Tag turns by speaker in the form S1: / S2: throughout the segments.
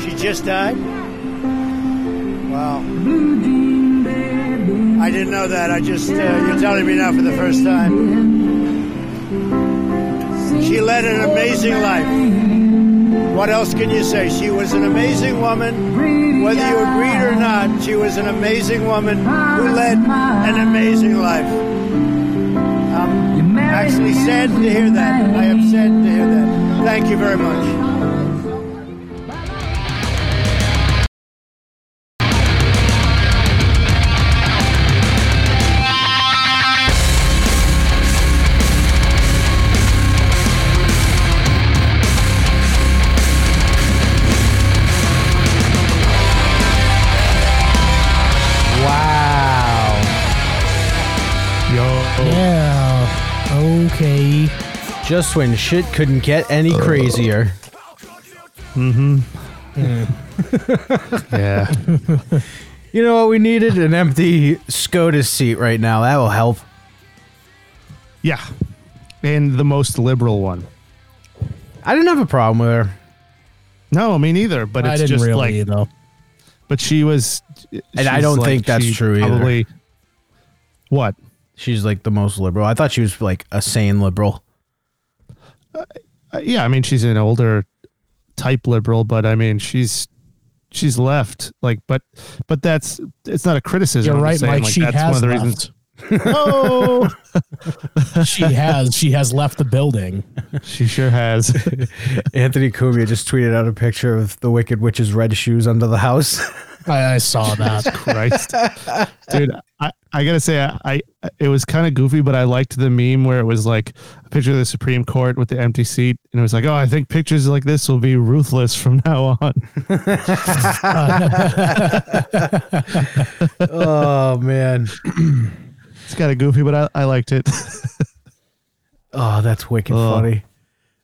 S1: She just died? Wow. I didn't know that. I just, uh, you're telling me now for the first time. She led an amazing life. What else can you say? She was an amazing woman. Whether you agreed or not, she was an amazing woman who led an amazing life. I'm actually sad to hear that. I am sad to hear that. Thank you very much.
S2: Wow. Yo.
S3: Yeah. Okay.
S2: Just when shit couldn't get any crazier. Mm-hmm. yeah. you know what we needed? An empty SCOTUS seat right now. That will help.
S4: Yeah. And the most liberal one.
S2: I didn't have a problem with her.
S4: No, me neither. But it's
S3: I didn't
S4: just
S3: really
S4: like,
S3: though.
S4: but she was.
S2: And I
S4: she's
S2: don't
S4: like-
S2: think that's
S4: she
S2: true either.
S4: Probably. What?
S2: She's like the most liberal. I thought she was like a sane liberal.
S4: Uh, yeah, I mean, she's an older type liberal, but I mean, she's she's left. Like, but but that's it's not a criticism.
S3: You're
S4: I'm
S3: right,
S4: just saying,
S3: Mike.
S4: like,
S3: she
S4: that's
S3: has
S4: one of the
S3: left.
S4: reasons. Oh,
S3: she has. She has left the building.
S4: she sure has.
S2: Anthony Cumia just tweeted out a picture of the Wicked Witch's red shoes under the house.
S3: I, I saw that.
S4: Christ, dude. I, I gotta say, I, I it was kind of goofy, but I liked the meme where it was like a picture of the Supreme Court with the empty seat, and it was like, oh, I think pictures like this will be ruthless from now on.
S2: oh man.
S4: It's kind of goofy, but I, I liked it.
S2: Oh, that's wicked
S4: Oh.
S2: funny.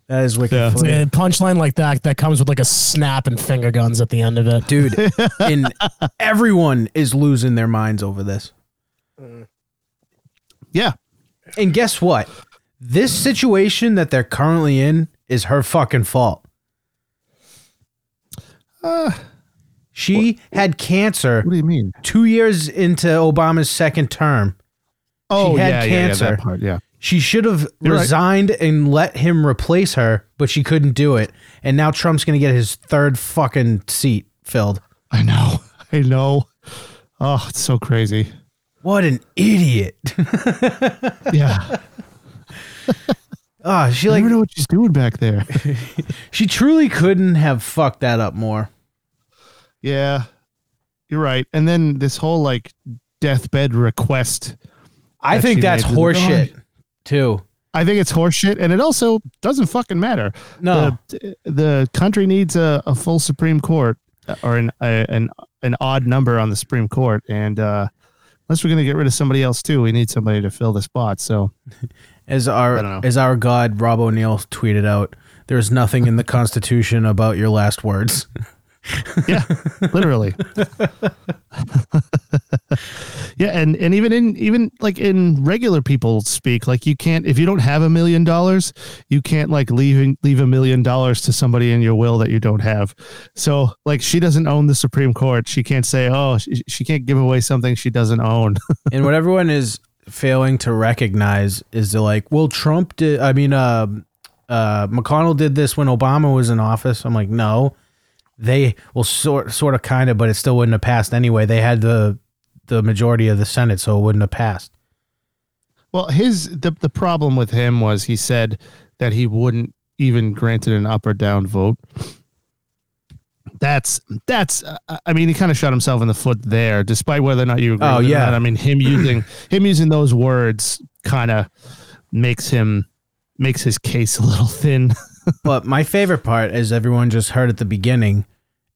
S2: That is wicked
S4: Yeah.
S2: funny.
S3: A punchline like that that comes with like a snap and finger guns at the end of it.
S2: dude and everyone is losing their minds over this
S4: yeah,
S2: and guess what this situation that they're currently in is her fucking fault
S4: Uh,
S2: she had cancer
S4: what do you mean?
S2: two years into obama's second term
S4: Oh,
S2: had
S4: yeah, yeah, yeah,
S2: cancer.
S4: that part, yeah.
S2: she should have
S4: You're right.
S2: resigned and let him replace her but she couldn't do it and now trump's gonna get his third fucking seat filled
S4: I know. I know. Oh, it's so crazy.
S2: what an idiot
S4: Yeah.
S2: Ah, she
S4: I
S2: like
S4: never know what she's doing back there.
S2: she truly couldn't have fucked that up more
S4: yeah. You're right. And then this whole like deathbed request.
S2: I
S4: that
S2: think
S4: she
S2: that's
S4: made to the
S2: horseshit too.
S4: I think it's horseshit. And it also doesn't fucking matter.
S2: No.
S4: The, the country needs a, a full Supreme Court uh, or an, a, an, an odd number on the Supreme Court. And, uh, Unless we're gonna get rid of somebody else too, we need somebody to fill the spot. So
S2: As
S4: I don't know.
S2: our as our god Rob O'Neill tweeted out, there's nothing in the Constitution about your last words.
S4: yeah, literally. yeah, and and even in even like in regular people speak, like you can't if you don't have a million dollars, you can't like leave leave a million dollars to somebody in your will that you don't have. So like she doesn't own the Supreme Court, she can't say oh she, she can't give away something she doesn't own.
S2: and what everyone is failing to recognize is they're like, well, Trump did. I mean, uh, uh, McConnell did this when Obama was in office. I'm like, no, they well, sort sort of, kind of, but it still wouldn't have passed anyway. They had the the majority of the Senate, so it wouldn't have passed.
S4: Well, his the the problem with him was he said that he wouldn't even grant it an up or down vote. That's that's uh, I mean he kind of shot himself in the foot there, despite whether or not you agree.
S2: Oh,
S4: with it or
S2: yeah.
S4: not. I mean him using him using those words kind of makes him makes his case a little thin.
S2: But my favorite part, as everyone just heard at the beginning,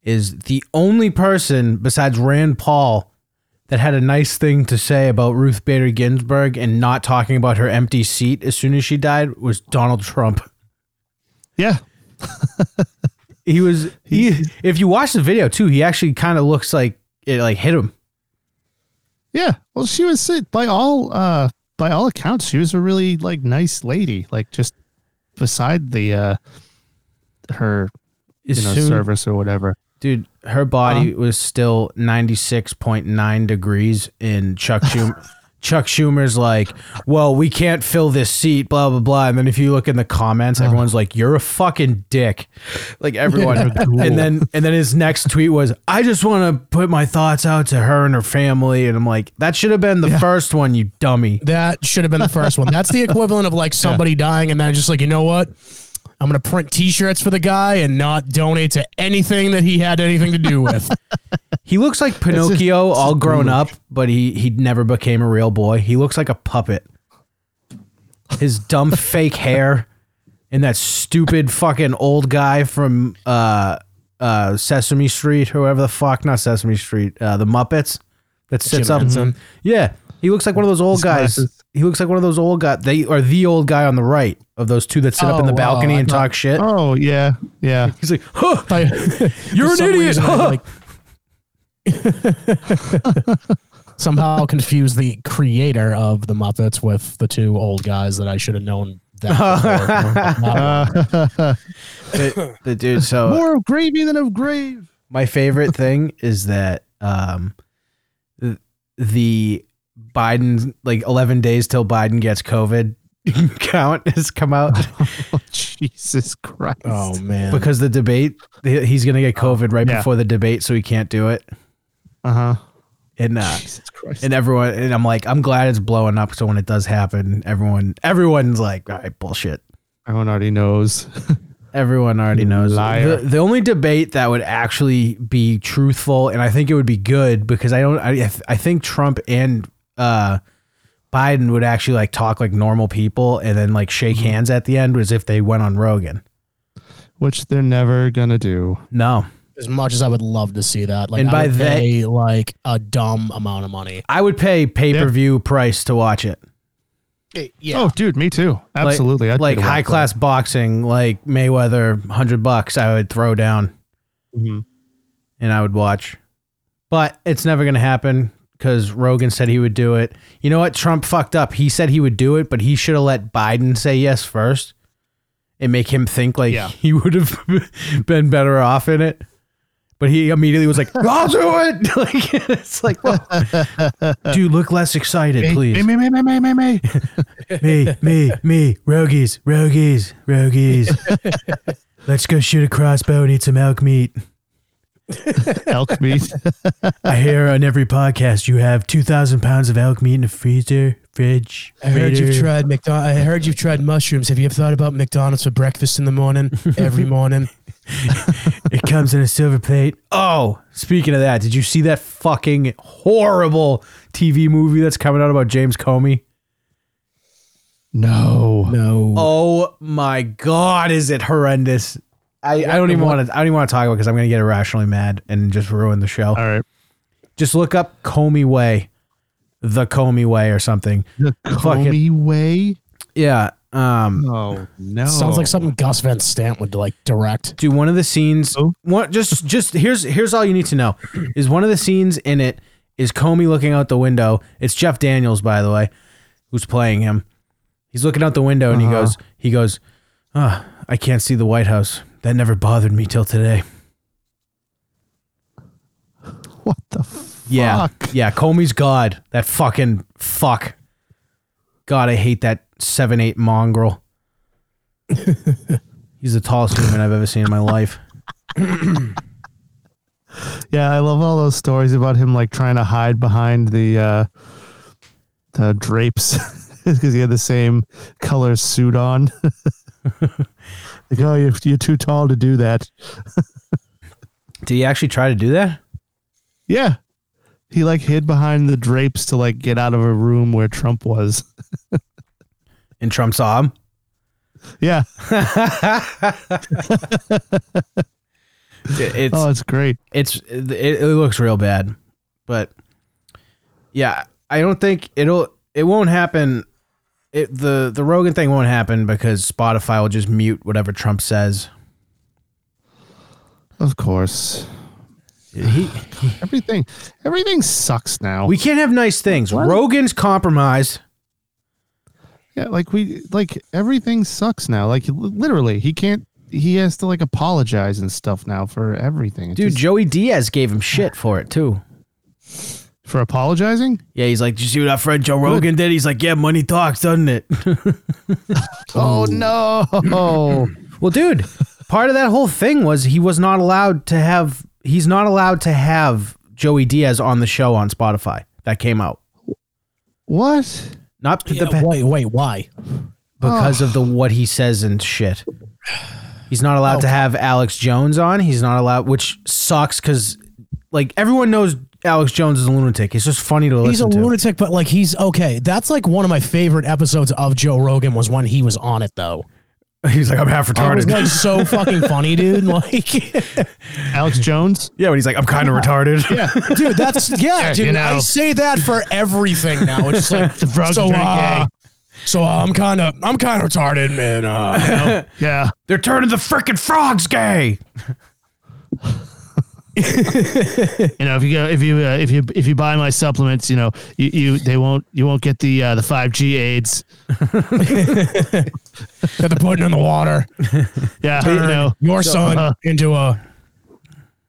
S2: is the only person besides Rand Paul that had a nice thing to say about Ruth Bader Ginsburg and not talking about her empty seat as soon as she died was Donald Trump.
S4: yeah,
S2: He was he, if you watch the video too, he actually kind of looks like it like hit him.
S4: yeah. Well, she was by all uh by all accounts she was a really like nice lady, like just beside the uh her
S2: As
S4: you know
S2: soon,
S4: service or whatever.
S2: Dude, her body was still 96.9 degrees in Chuck Schumer. Chuck Schumer's like, well, we can't fill this seat, blah, blah, blah. And then if you look in the comments, everyone's like, you're a fucking dick. Like everyone. And then and then his next tweet was, I just want to put my thoughts out to her and her family. And I'm like, that should have been the first one, you dummy.
S3: That should have been the first one. That's the equivalent of like somebody dying and then just like, you know what? I'm going to print t shirts for the guy and not donate to anything that he had anything to do with.
S2: He looks like Pinocchio all grown up, but he he never became a real boy. He looks like a puppet. His dumb fake hair and that stupid fucking old guy from uh uh Sesame Street, whoever the fuck, not Sesame Street, uh the Muppets that sits up.
S3: Henson.
S2: Yeah. He looks like one of those old guys.
S4: glasses.
S2: He looks like one of those old guys. They are the old guy on the right of those two that sit up in
S3: Oh,
S2: the
S3: wow,
S2: balcony
S3: I
S2: and
S3: thought-
S2: talk shit.
S4: Oh yeah, yeah.
S2: He's like, huh,
S3: I-
S2: you're
S3: for
S2: an
S3: some
S2: idiot.
S3: reason, I,
S2: huh."
S3: like, somehow confused the creator of the Muppets with the two old guys that I should have known that. before.
S2: the, the dude. So
S4: Uh, More of gravy than of grave.
S2: My favorite thing is that um, th- the Biden, like 11 days till Biden gets COVID count has come out
S4: Oh, Jesus Christ.
S3: oh man,
S2: because the debate, he- he's going to get COVID right
S4: Oh, Yeah.
S2: before the debate, so he can't do it.
S4: Uh huh.
S2: And, uh,
S4: Jesus Christ.
S2: and everyone, and I'm like, I'm glad it's blowing up. So when it does happen, everyone, everyone's like, all right, bullshit.
S4: Everyone already knows.
S2: Everyone already knows.
S4: Liar.
S2: The, the only debate that would actually be truthful, and I think it would be good because I don't. I, I th- I think Trump and uh, Biden would actually like talk like normal people, and then like shake hands at the end, was if they went on Rogan.
S4: Which they're never gonna do.
S2: No,
S3: as much as I would love to see that, like,
S2: And
S3: I
S2: by
S3: would
S2: they-
S3: pay, like a dumb amount of money.
S2: I would pay pay per view price to watch it.
S3: Yeah,
S4: Oh, dude, me too.
S2: Like-
S4: Absolutely. I'd
S2: like
S4: pay to watch
S2: high class boxing, like Mayweather, hundred bucks. I would throw down.
S4: that. Mhm.
S2: and I would watch. But it's never going to happen because Rogan said he would do it. You know what? Trump fucked up. He said he would do it, but he should have let Biden say yes first and make him think like
S4: Yeah.
S2: he would have been better off in it. But he immediately was like, I'll do it. like, it's like, well, dude, look less excited,
S4: Hey,
S2: please.
S4: me, me, me, me, me, me.
S2: me, me, me, Rogies, Rogies, Rogies. Let's go shoot a crossbow and eat some elk meat.
S4: Elk meat.
S2: I hear on every podcast you have two thousand pounds of elk meat in the freezer, fridge.
S3: I heard you've
S2: freezer.
S3: tried McDon- I heard you've tried mushrooms. Have you ever thought about McDonald's for breakfast in the morning? Every morning.
S2: It comes in a silver plate. Oh, speaking of that, did you see that fucking horrible TV movie that's coming out about James Comey?
S4: No.
S3: No.
S2: Oh my god, is it horrendous? I, I don't even want to. I don't even want to talk about because I'm going to get irrationally mad and just ruin the show.
S4: All right.
S2: Just look up Comey Way, the Comey Way or something.
S4: The
S2: Fuck it.
S4: Comey way.
S2: Yeah. Um.
S4: Oh no.
S3: Sounds like something Gus Van Stant would like direct.
S2: do one of the scenes
S4: Oh.
S2: one just just here's here's all you need to know is one of the scenes in it is comey looking out the window it's jeff daniels by the way who's playing him he's looking out the window and he goes he goes ah i can't see the white house that never bothered me till today
S4: what the fuck?
S2: yeah yeah comey's god that fucking fuck god i hate that 7-8 mongrel he's the tallest human i've ever seen in my life
S4: Yeah, I love all those stories about him like trying to hide behind the uh the drapes because he had the same color suit on. like, oh, you're, you're too tall to do that.
S2: did he actually try to do that
S4: Yeah. He like hid behind the drapes to like get out of a room where Trump was.
S2: and trump saw him
S4: Yeah.
S2: it's
S4: Oh, it's great.
S2: it's it, it looks real bad but yeah i don't think it'll it won't happen it, the the rogan thing won't happen because spotify will just mute whatever trump says
S4: Of course.
S2: he,
S4: Everything everything sucks now.
S2: we can't have nice things rogan's compromised
S4: Yeah, like we like everything sucks now. Like li- literally, he can't he has to like apologize and stuff now for everything. It
S2: Dude,
S4: just-
S2: Joey Diaz gave him shit for it too.
S4: for apologizing?
S2: Yeah, he's like, "Did you see what our friend Joe Rogan did?" He's like, "Yeah, money talks, doesn't it?"
S4: Oh no.
S2: Oh, well, dude, part of that whole thing was he was not allowed to have. He's not allowed to have Joey Diaz on the show on Spotify. That came out
S4: what?
S2: not
S3: Yeah,
S2: the pa-
S3: wait, wait, why?
S2: because of the what he says and shit. He's not allowed to have Alex Jones on. He's not allowed, which sucks because like everyone knows Alex Jones is a lunatic. He's just funny to
S3: He's a
S2: listen to.
S3: lunatic, but like he's okay. That's like one of my favorite episodes of Joe Rogan was when he was on it though.
S2: He's like, I'm half
S3: It was
S2: retarded.
S3: like so fucking funny, dude. Like,
S4: Alex Jones?
S2: yeah, but he's like, I'm kind of retarded.
S4: Yeah.
S3: dude, that's yeah. Dude,
S4: you know.
S3: I say that for everything now. It's just like
S4: The drugs
S3: so.
S4: are doing
S3: Uh, so uh, I'm kind of I'm kind of retarded, man. Uh, you know?
S4: Yeah.
S2: They're turning the freaking frogs gay.
S4: You know, if you go, if you uh, if you if you buy my supplements, you know, you, you they won't you won't get the uh, the five G AIDS.
S3: that they're putting in the water.
S4: Yeah, you
S3: Turn
S4: know,
S3: your son
S4: uh,
S3: into a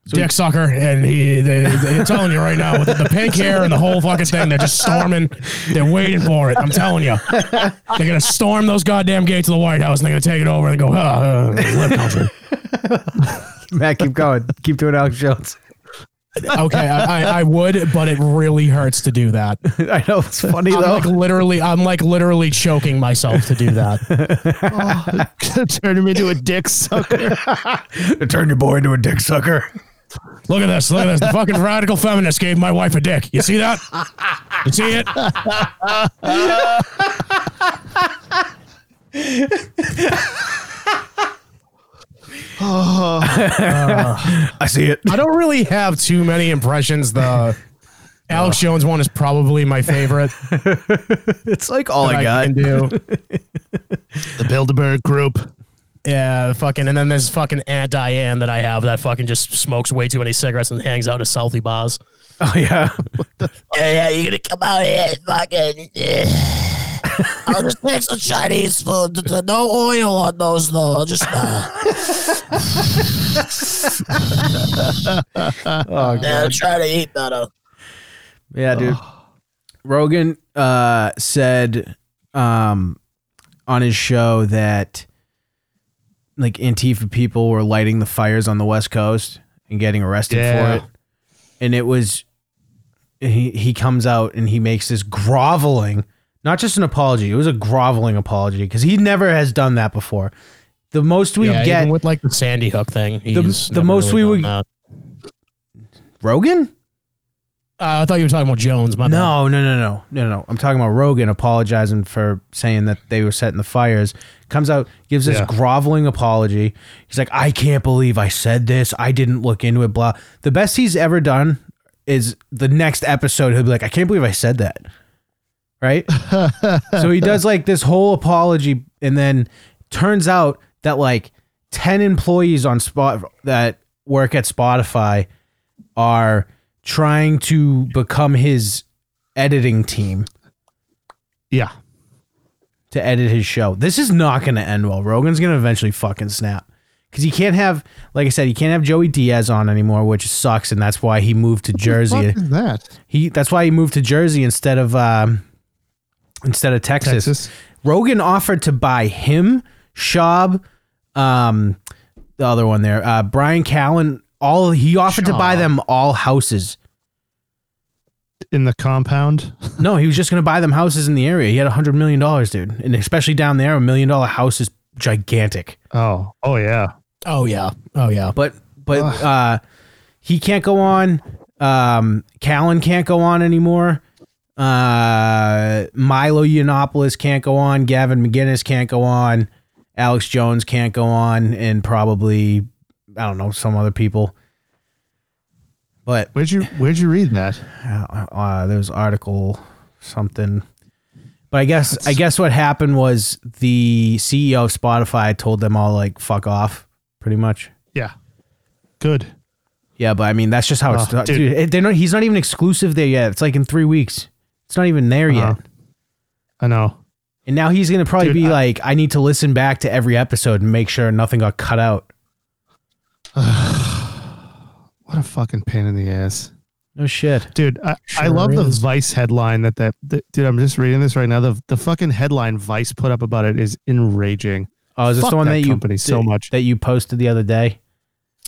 S3: dick sucker, and he they, they, are telling you right now with the pink hair and the whole fucking thing, they're just storming. They're waiting for it. I'm telling you, they're gonna storm those goddamn gates of the White House, and they're gonna take it over and go, huh, uh, lip country.
S2: Matt, keep going. keep doing Alex Jones.
S3: Okay, I, I, I would, but it really hurts to do that.
S2: I know it's funny
S3: I'm
S2: though.
S3: like literally, I'm like literally choking myself to do that.
S4: turn him into a dick sucker.
S2: Turn your boy into a dick sucker.
S3: Look at this, look at this. The fucking radical feminist gave my wife a dick. You see that? You see it?
S2: I see it.
S3: I don't really have too many impressions. The Alex Jones one is probably my favorite.
S2: It's like all I
S3: I
S2: got.
S3: can do.
S4: the Bilderberg Group.
S3: Yeah, fucking. And then there's fucking Aunt Diane that I have that fucking just smokes way too many cigarettes and hangs out at selfie bars.
S2: Oh yeah.
S5: Yeah, yeah, you're gonna come out here and fucking. I'll just make some Chinese food. Th- th- No oil on those, though. I'll just. Uh,
S3: Oh,
S5: yeah, I'll try to eat better.
S2: Yeah, dude. Rogan uh, said um, on his show that like Antifa people were lighting the fires on the West Coast and getting arrested
S4: Yeah.
S2: for it, and it was he he comes out and he makes this groveling, not just an apology. It was a groveling apology because he never has done that before. The most we
S3: yeah,
S2: get
S3: even with like the Sandy Hook thing. he's
S2: the
S3: never
S2: most we
S3: done
S2: would-
S3: that.
S2: Rogan.
S3: Uh, I thought you were talking about Jones. My bad.
S2: No, no, no, no, no, no. I'm talking about Rogan apologizing for saying that they were setting the fires. Comes out, gives this
S4: Yeah.
S2: groveling apology. He's like, I can't believe I said this. I didn't look into it. Blah. The best he's ever done is the next episode. He'll be like, I can't believe I said that. Right. so he does like this whole apology, and then turns out that like ten employees on spot that work at Spotify are trying to become his editing team
S4: Yeah.
S2: to edit his show. This is not going to end well. Rogan's going to eventually fucking snap because he can't have, like I said, he can't have Joey Diaz on anymore, which sucks, and that's why he moved to Jersey.
S4: What is that?
S2: He that's why he moved to Jersey instead of um, instead of Texas.
S4: Texas.
S2: Rogan offered to buy him, Schaub, um, the other one there, uh, Brian Callen. All he offered to buy them all houses.
S4: In the compound.
S2: No, he was just going to buy them houses in the area. He had a hundred million dollars, dude, and especially down there, a million dollar house is gigantic.
S4: Oh. Oh yeah.
S3: Oh yeah. Oh yeah.
S2: But but uh, he can't go on. Um, Callan can't go on anymore. Uh, Milo Yiannopoulos can't go on. Gavin McGinnis can't go on. Alex Jones can't go on, and probably I don't know some other people. But
S4: Where'd you Where'd you read that?
S2: uh, uh, there was article something but i guess i guess what happened was the ceo of spotify told them all like fuck off pretty much
S4: Yeah. Good.
S2: yeah but i mean that's just how it's
S4: Oh,
S2: dude.
S4: dude.
S2: it- they're not he's not even exclusive there yet it's like in three weeks it's not even there
S4: Uh-huh.
S2: yet
S4: I know.
S2: And now he's gonna probably
S4: Dude,
S2: be
S4: I-
S2: like, I need to listen back to every episode and make sure nothing got cut out.
S4: What a fucking pain in the ass.
S2: No shit.
S4: Dude, I, I
S3: Sure
S4: love
S3: is.
S4: the Vice headline that, that that dude, I'm just reading this right now. The the fucking headline Vice put up about it is enraging.
S2: Oh, is this
S4: Fuck
S2: the one
S4: that
S2: that, you
S4: company so
S2: that-
S4: much.
S2: that you posted the other day?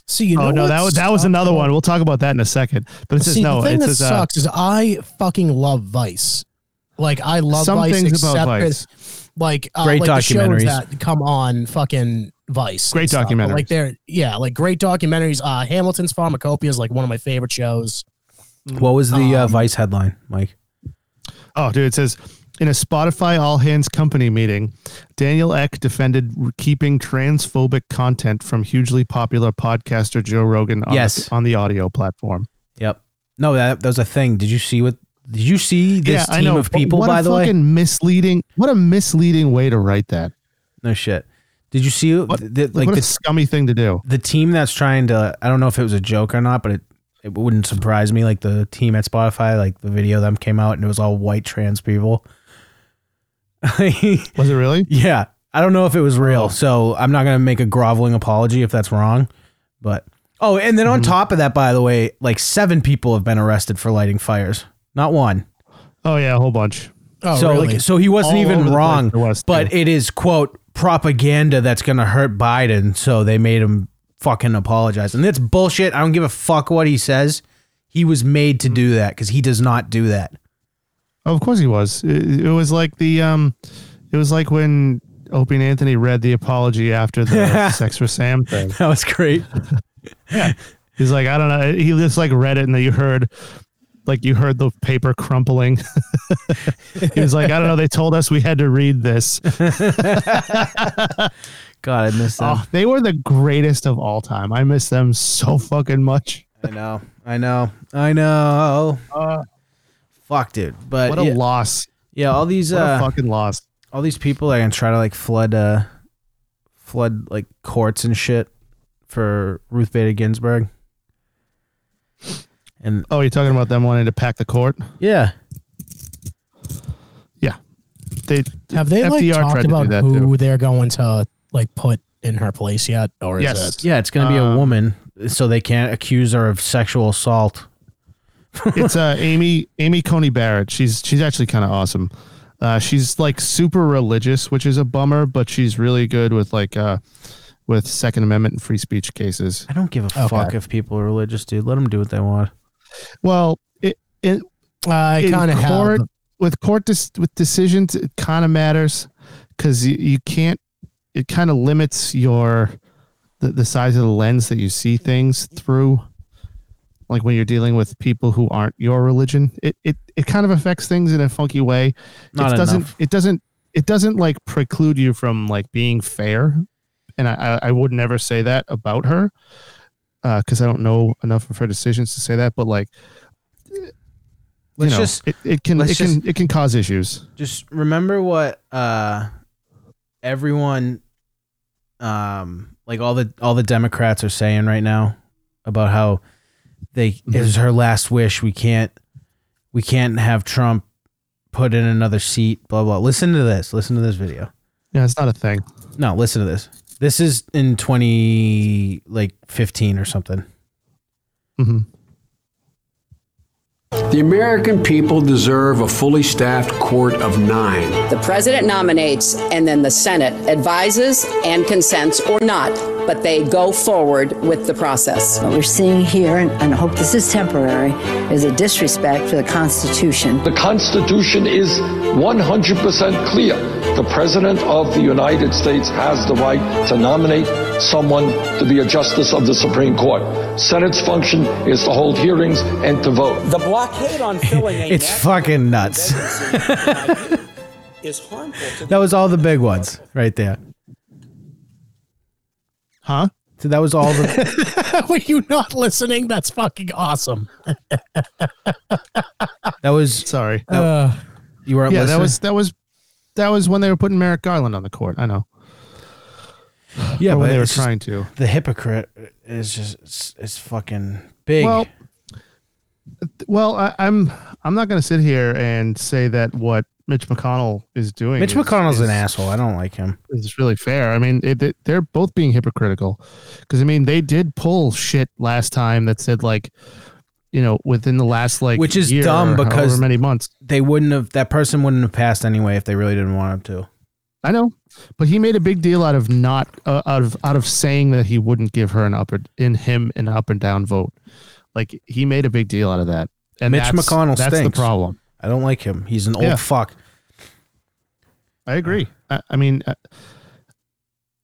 S3: See, you know
S4: oh no,
S3: what
S4: that was that was
S3: sucks?
S4: another one. We'll talk about that in a second. But it says
S3: See,
S4: no.
S3: the
S4: It
S3: thing that
S4: says uh,
S3: sucks is I fucking love Vice. Like I love
S4: some
S3: Vice,
S4: things about
S3: except that-
S4: Vice.
S3: like uh,
S2: Great
S3: like the shows
S2: documentaries.
S3: that come on fucking Vice. and
S4: Great
S3: stuff. But,
S4: documentaries.
S3: Like they're yeah, like great documentaries. Uh, Hamilton's Pharmacopoeia is like one of my favorite shows.
S4: Mm.
S2: What was the uh, Vice headline, Mike?
S4: Oh, dude, it says in a Spotify all hands company meeting, Daniel Eck defended r- keeping transphobic content from hugely popular podcaster Joe Rogan on,
S2: Yes.
S4: the, on the audio platform.
S2: Yep. No, that that was a thing. Did you see what? Did you see this team of
S4: but
S2: people?
S4: What
S2: by
S4: a
S2: the way,
S4: fucking misleading! What a misleading way to write that.
S2: no shit. Did you see th-
S4: Like,
S2: th- like
S4: what a
S2: the,
S4: scummy thing to do.
S2: the team that's trying to? I don't know if it was a joke or not, but it it wouldn't surprise me. Like the team at Spotify, like the video of them came out and it was all white trans people.
S4: Was it really?
S2: yeah, I don't know if it was
S4: Oh.
S2: real, so I'm not gonna make a groveling apology if that's wrong. But oh, and then
S4: Mm-hmm.
S2: on top of that, by the way, like seven people have been arrested for lighting fires, not one.
S4: Oh yeah, a whole bunch.
S3: Oh,
S2: so
S3: really?
S2: like so he wasn't
S4: All over
S2: even
S4: the
S2: wrong
S4: place there was,
S2: but it is quote propaganda that's going to hurt biden so they made him fucking apologize and that's bullshit i don't give a fuck what he says he was made to do that because he does not do that
S4: Oh, of course he was. It, it was like the um, it was like when Opie and Anthony read the apology after the sex for Sam thing.
S2: that was great
S4: He's like, I don't know. He just like read it and then you heard like you heard the paper crumpling. he was like, I don't know. They told us we had to read this.
S2: god i miss that
S4: Oh, they were the greatest of all time. I miss them so fucking much.
S2: i know i know i know
S4: Uh,
S2: fuck dude but
S4: What a
S2: yeah,
S4: loss.
S2: yeah all these
S4: What a
S2: uh,
S4: fucking loss.
S2: all these people that can try to like flood uh flood like courts and shit for ruth bader ginsburg and
S4: Oh, you're talking about them wanting to pack the court?
S2: Yeah.
S4: They
S3: have they like
S4: FDR tried
S3: talked
S4: to do
S3: about
S4: that,
S3: who
S4: too.
S3: they're going to like put in her place yet, or is
S4: Yes.
S3: it?
S2: Yeah, it's going to be a
S4: Um,
S2: woman, so they can't accuse her of sexual assault.
S4: it's uh, Amy Amy Coney Barrett. She's she's actually kind of awesome. Uh, she's like super religious, which is a bummer, but she's really good with like uh, with Second Amendment and free speech cases.
S2: I don't give a fuck if people are religious, dude. Let them do what they want.
S4: Well, it, it,
S3: I
S4: in
S3: kind of have.
S4: court- with court dis- with decisions. It kind of matters because you, you can't. It kind of limits your the, the size of the lens that you see things through. Like when you're dealing with people who aren't your religion, it it, it kind of affects things in a funky way.
S2: Not
S4: it doesn't
S2: enough.
S4: it doesn't it doesn't like preclude you from like being fair. And I I I would never say that about her because I don't know enough of her decisions to say that. But like you
S2: Let's
S4: know,
S2: just
S4: it, it can
S2: let's
S4: it can it can cause issues.
S2: just remember what uh everyone um like all the all the Democrats are saying right now about how they it was her last wish. We can't we can't have Trump put in another seat, blah blah. Listen to this. Listen to this video.
S4: Yeah, it's not a thing.
S2: No, listen to this. This is in twenty like fifteen or something.
S6: The American people deserve a fully staffed court of nine.
S7: The president nominates, and then the Senate advises and consents or not, but they go forward with the process.
S8: What we're seeing here, and, and I hope this is temporary, is a disrespect for the Constitution.
S9: The Constitution is 100% clear. The President of the United States has the right to nominate someone to be a Justice of the Supreme Court. Senate's function is to hold hearings and to vote.
S10: The blockade on filling a
S2: It's
S10: national
S2: fucking nuts.
S10: emergency is harmful to
S2: That was all the big ones right there.
S4: Huh?
S2: So that was all the
S3: Were you not listening? That's fucking awesome.
S2: that was
S4: Sorry.
S3: Uh,
S2: you weren't
S4: yeah,
S2: listening.
S4: that was that was that was when they were putting Merrick Garland on the court. I know.
S2: yeah,
S4: Or when
S2: but
S4: they were
S2: it's just-
S4: trying to.
S2: the hypocrite is just it's, it's fucking big.
S4: Well, well, I, I'm I'm not going to sit here and say that what Mitch McConnell is doing.
S2: Mitch
S4: is-
S2: McConnell's an
S4: is-
S2: asshole. I don't like him.
S4: It's really fair. I mean, it, it- they're both being hypocritical because I mean they did pull shit last time that said like, you know, within the last like
S2: Which is
S4: year
S2: dumb
S4: or however
S2: because
S4: many months.
S2: They wouldn't have. That person wouldn't have passed anyway if they really didn't want him to.
S4: I know, but he made a big deal out of not uh, out of out of saying that he wouldn't give her an up or, in him an up and down vote. Like he made a big deal out of that. And
S2: Mitch
S4: that's-
S2: McConnell
S4: that's
S2: stinks.
S4: the problem.
S2: I don't like him. He's an old
S4: Yeah.
S2: fuck.
S4: I agree. I, I mean, uh,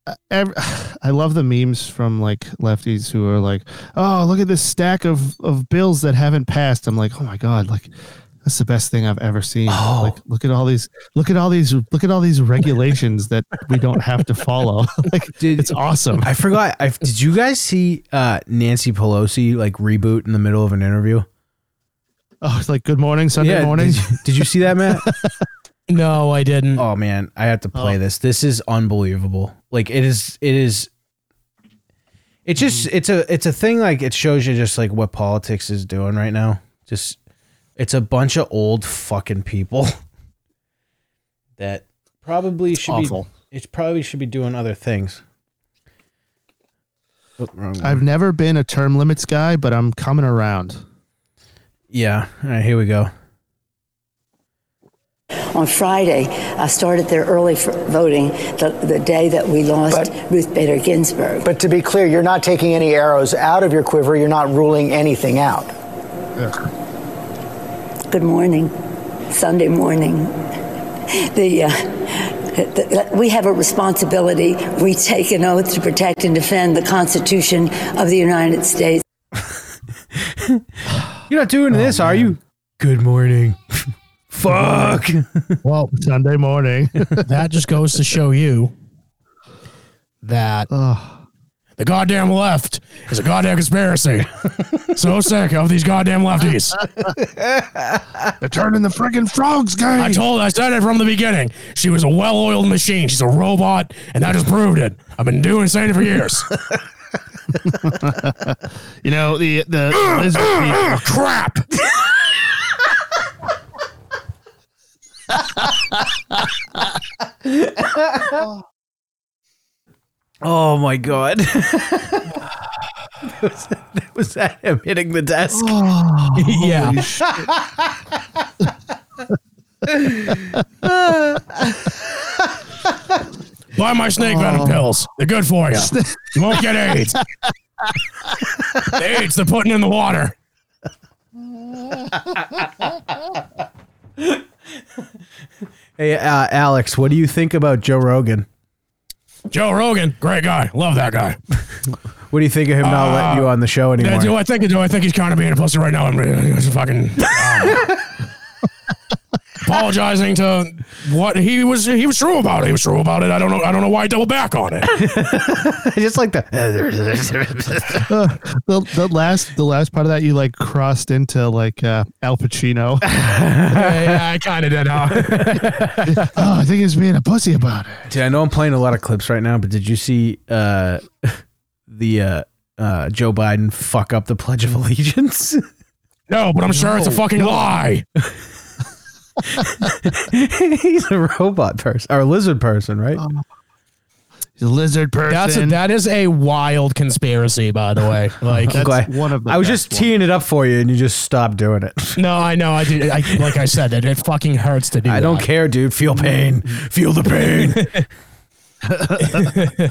S4: uh, ev- I love the memes from like lefties who are like, "Oh, look at this stack of of bills that haven't passed." I'm like, "Oh my god!" Like. That's the best thing I've ever seen. Like, look at all these, look at all these, look at all these regulations that we don't have to follow. like, it's awesome.
S2: I forgot. I did you guys see uh, Nancy Pelosi like reboot in the middle of an interview?
S4: Oh, it's like good morning Sunday
S2: Yeah,
S4: morning.
S2: Did you, did you see that, Matt?
S3: No, I didn't.
S2: oh man, I have to play this. This is unbelievable. Like it is. It is. It just it's a it's a thing like it shows you just like what politics is doing right now. Just it's a bunch of old fucking people that probably should
S4: awful.
S2: be it probably should be doing other things. Oh, wrong one.
S4: I've never been a term limits guy, but I'm coming around.
S2: yeah. All right, here we go.
S8: On Friday, I started their early f- voting the, the day that we lost Ruth Bader Ginsburg.
S11: But to be clear, you're not taking any arrows out of your quiver. You're not ruling anything out.
S8: Good morning, Sunday morning. The, uh, the, we have a responsibility. We take an oath to protect and defend the Constitution of the United States.
S2: You're not doing this, are you? Good morning. Fuck.
S4: Well, Sunday morning.
S3: that just goes to show you that the goddamn left is a goddamn conspiracy. so sick of these goddamn lefties.
S4: They're turning the friggin' frogs gay.
S3: I told, I said it from the beginning. She was a well-oiled machine. She's a robot, and that just proved it. I've been doing saying it for years.
S4: you know the the lizard people.
S3: Crap.
S2: Oh my god. that, was, that was that him hitting the desk.
S4: Oh.
S3: yeah. Buy my snake venom pills. They're good for you. You won't get AIDS. The AIDS they're putting in the water.
S2: Hey uh, Alex, what do you think about Joe Rogan?
S3: Joe Rogan, great guy. Love that guy.
S2: What do you think of him not letting
S4: Uh,
S2: you on the show
S3: Yeah,
S2: anymore?
S3: do I think? Do I think he's kind of being a pussy right now? I'm uh, he's fucking um, apologizing to what he was. He was true about it. He was true about it. I don't know. I don't know why I double back on it.
S2: just like the
S4: The, the last the last part of that you like crossed into like uh, Al Pacino.
S3: yeah, yeah, I kind of did. Huh?
S4: oh, I think he's being a pussy about it.
S2: Dude, I know I'm playing a lot of clips right now, but did you see uh the uh uh Joe Biden fuck up the Pledge of Allegiance?
S3: No, but I'm sure it's a fucking lie.
S2: He's a robot person or a lizard person, right?
S4: Um, He's a lizard person.
S3: that is a wild conspiracy, by the way. Like
S4: That's
S2: Glad-
S4: one of the
S2: I was
S4: best
S2: just teeing it up for you and you just stopped doing it.
S3: no, I know. I did. I, like I said, it, it fucking hurts to do.
S2: I don't
S3: that.
S2: care, dude. Feel pain. Feel the pain.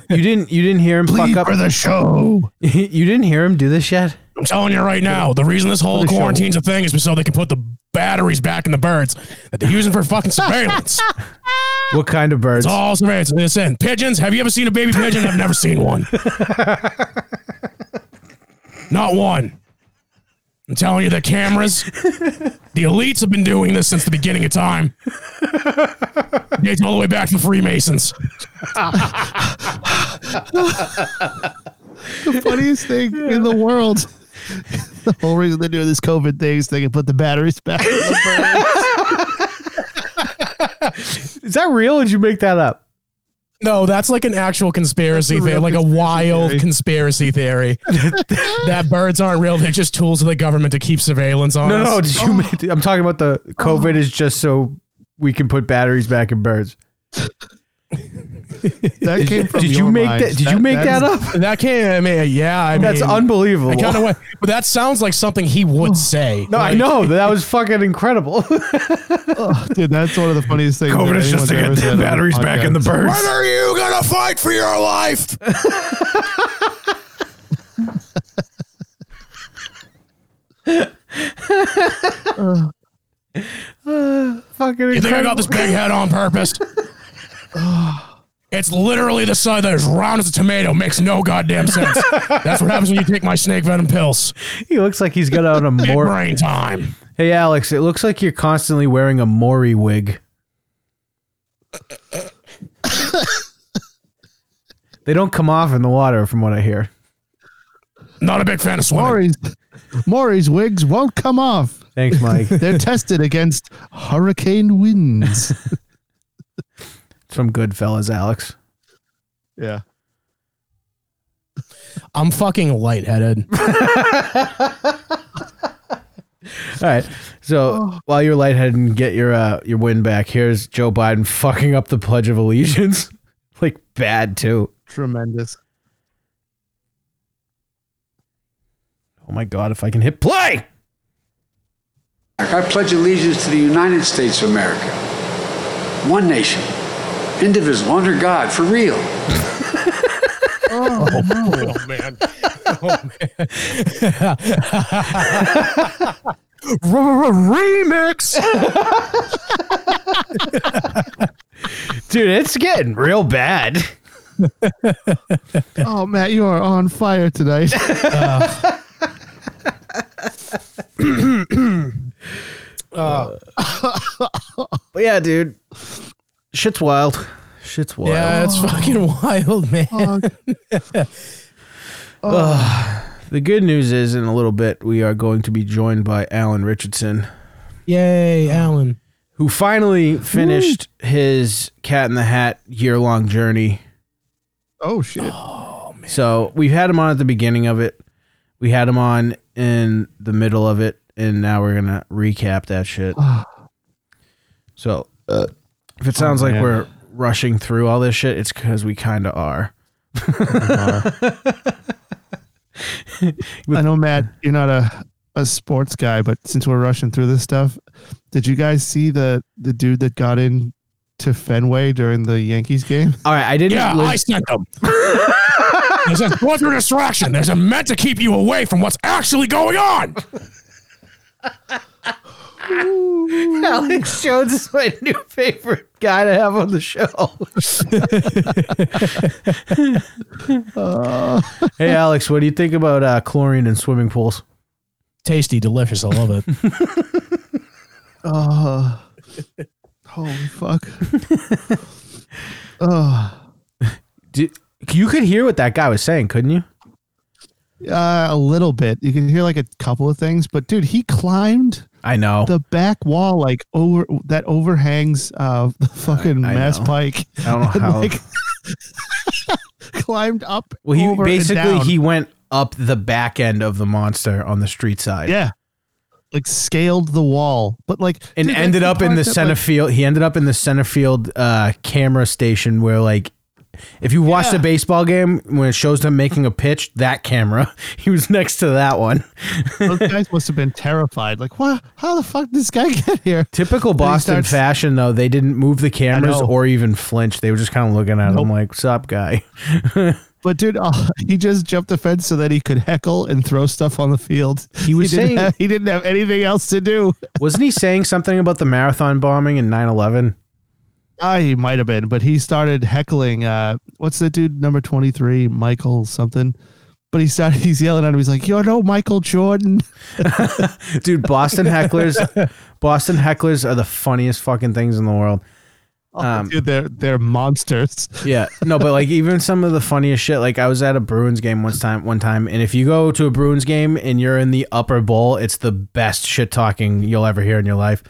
S2: you didn't you didn't hear him
S4: Bleed
S2: fuck up
S4: for the show.
S2: You didn't hear him do this yet?
S3: I'm telling you right now, the reason this whole quarantine's a thing is so they can put the batteries back in the birds that they're using for fucking surveillance.
S2: What kind of birds?
S3: It's all surveillance. Listen, pigeons. Have you ever seen a baby pigeon? I've never seen one. Not one. I'm telling you, the cameras, the elites have been doing this since the beginning of time. Dates all the way back to the Freemasons.
S4: The funniest thing in the world. The whole reason they do this COVID thing is they can put the batteries back. in the bird.
S2: Is that real or did you make that up?
S3: No, that's like an actual conspiracy
S4: That's a
S3: theory,
S4: real
S3: like a
S4: conspiracy
S3: wild
S4: theory.
S3: conspiracy theory that birds aren't real. They're just tools of the government to keep surveillance on
S2: No,
S3: us.
S2: Oh. no, did you make, I'm talking about the COVID is just so we can put batteries back in birds.
S4: That came from
S2: Did you
S4: your
S2: make
S4: mind.
S2: that? Did you make that, up?
S3: That came. I mean, yeah. I
S2: That's
S3: mean,
S2: unbelievable.
S3: I kind of went, but that sounds like something he would say.
S2: No, I
S3: Like,
S2: know that was fucking incredible.
S4: Dude, that's one of the funniest things.
S2: COVID
S4: that
S2: is just
S4: anyone's
S2: to get
S4: ever said
S2: the
S4: on a
S2: batteries back in the
S4: podcast.
S2: birds.
S3: When are you gonna fight for your life?
S2: fucking
S3: You think I got this big head on purpose? It's literally the side that is round as a tomato. Makes no goddamn sense. That's what happens when you take my snake venom pills.
S2: He looks like he's got on a
S3: Big
S2: mor.
S3: brain time.
S2: Hey, Alex, it looks like you're constantly wearing a Maury wig. they don't come off in the water, from what I hear.
S3: Not a big fan of swimming.
S4: Maury's, Maury's wigs won't come off.
S2: Thanks, Mike. It's
S4: They're tested against hurricane winds.
S2: from Goodfellas, Alex.
S4: yeah.
S3: I'm fucking lightheaded.
S2: All right. So while you're lightheaded and get your uh, your win back, here's Joe Biden fucking up the Pledge of Allegiance, like bad too.
S4: Tremendous.
S2: Oh my god, if I can hit play.
S6: I pledge allegiance to the United States of America, one nation, indivisible, under God, for real.
S3: Oh man. Oh man. Remix.
S2: Dude, it's getting real bad.
S4: Oh, Matt, you are on fire tonight.
S2: But yeah, dude. Shit's wild. Shit's wild.
S3: Yeah, it's fucking wild, man.
S2: The good news is, in a little bit, we are going to be joined by Alan Richardson,
S3: Yay, Alan.
S2: who finally finished his Cat in the Hat year long journey.
S4: oh, shit.
S2: So we've had him on at the beginning of it, we had him on in the middle of it, and now we're going to recap that shit. so uh, if it sounds like
S4: man.
S2: we're rushing through all this shit, it's because we kind of are.
S4: I know, Matt, you're not a, a sports guy, but since we're rushing through this stuff, did you guys see the, the dude that got in to Fenway during the Yankees game?
S2: All right, I didn't.
S3: Yeah,
S2: lis-
S3: I sent them. This is what's your distraction? This is meant to keep you away from what's actually going on.
S2: Alex Jones is my new favorite guy to have on the show. Uh, hey, Alex, what do you think about uh, chlorine in swimming pools?
S3: Tasty, delicious. I love it.
S4: Oh, holy fuck. oh,
S2: Did, you could hear what that guy was saying, couldn't you?
S4: uh, a little bit. You can hear like a couple of things, but dude, he climbed
S2: I know.
S4: the back wall like over that overhangs uh, the fucking
S2: I
S4: Mass
S2: know.
S4: Pike.
S2: I don't know
S4: and,
S2: how.
S4: like, climbed up.
S2: well, he
S4: over and
S2: basically
S4: down.
S2: he went up the back end of the monster on the street side.
S4: yeah, like scaled the wall, but like
S2: And
S4: dude, like,
S2: ended
S4: he
S2: up in the
S4: parked at,
S2: center
S4: like-
S2: field. He ended up in the center field uh, camera station where, like, if you watched a baseball game when it shows them making a pitch, that camera, he was next to that one.
S4: those guys must have been terrified. Like, what? How the fuck did this guy get here?
S2: Typical
S4: he
S2: Boston
S4: starts-
S2: fashion, though, they didn't move the cameras
S4: know.
S2: or even flinch. They were just kind of looking at him
S4: Nope.
S2: like, "Sup, guy."
S4: But dude, uh, he just jumped the fence so that he could heckle and throw stuff on the field.
S2: He was
S4: didn't
S2: saying-
S4: have- he didn't have anything else to do.
S2: Wasn't he saying something about the marathon bombing in 9-11?
S4: Ah, he might have been, but he started heckling. Uh, what's the dude number twenty three, Michael something? But he started. He's yelling at him. He's like, "You're no Michael Jordan."
S2: Dude, Boston hecklers, Boston hecklers are the funniest fucking things in the world.
S4: Oh,
S2: Um,
S4: dude, they're they're monsters.
S2: Yeah, no, but like even some of the funniest shit. Like I was at a Bruins game once time, one time, and if you go to a Bruins game and you're in the upper bowl, it's the best shit talking you'll ever hear in your life.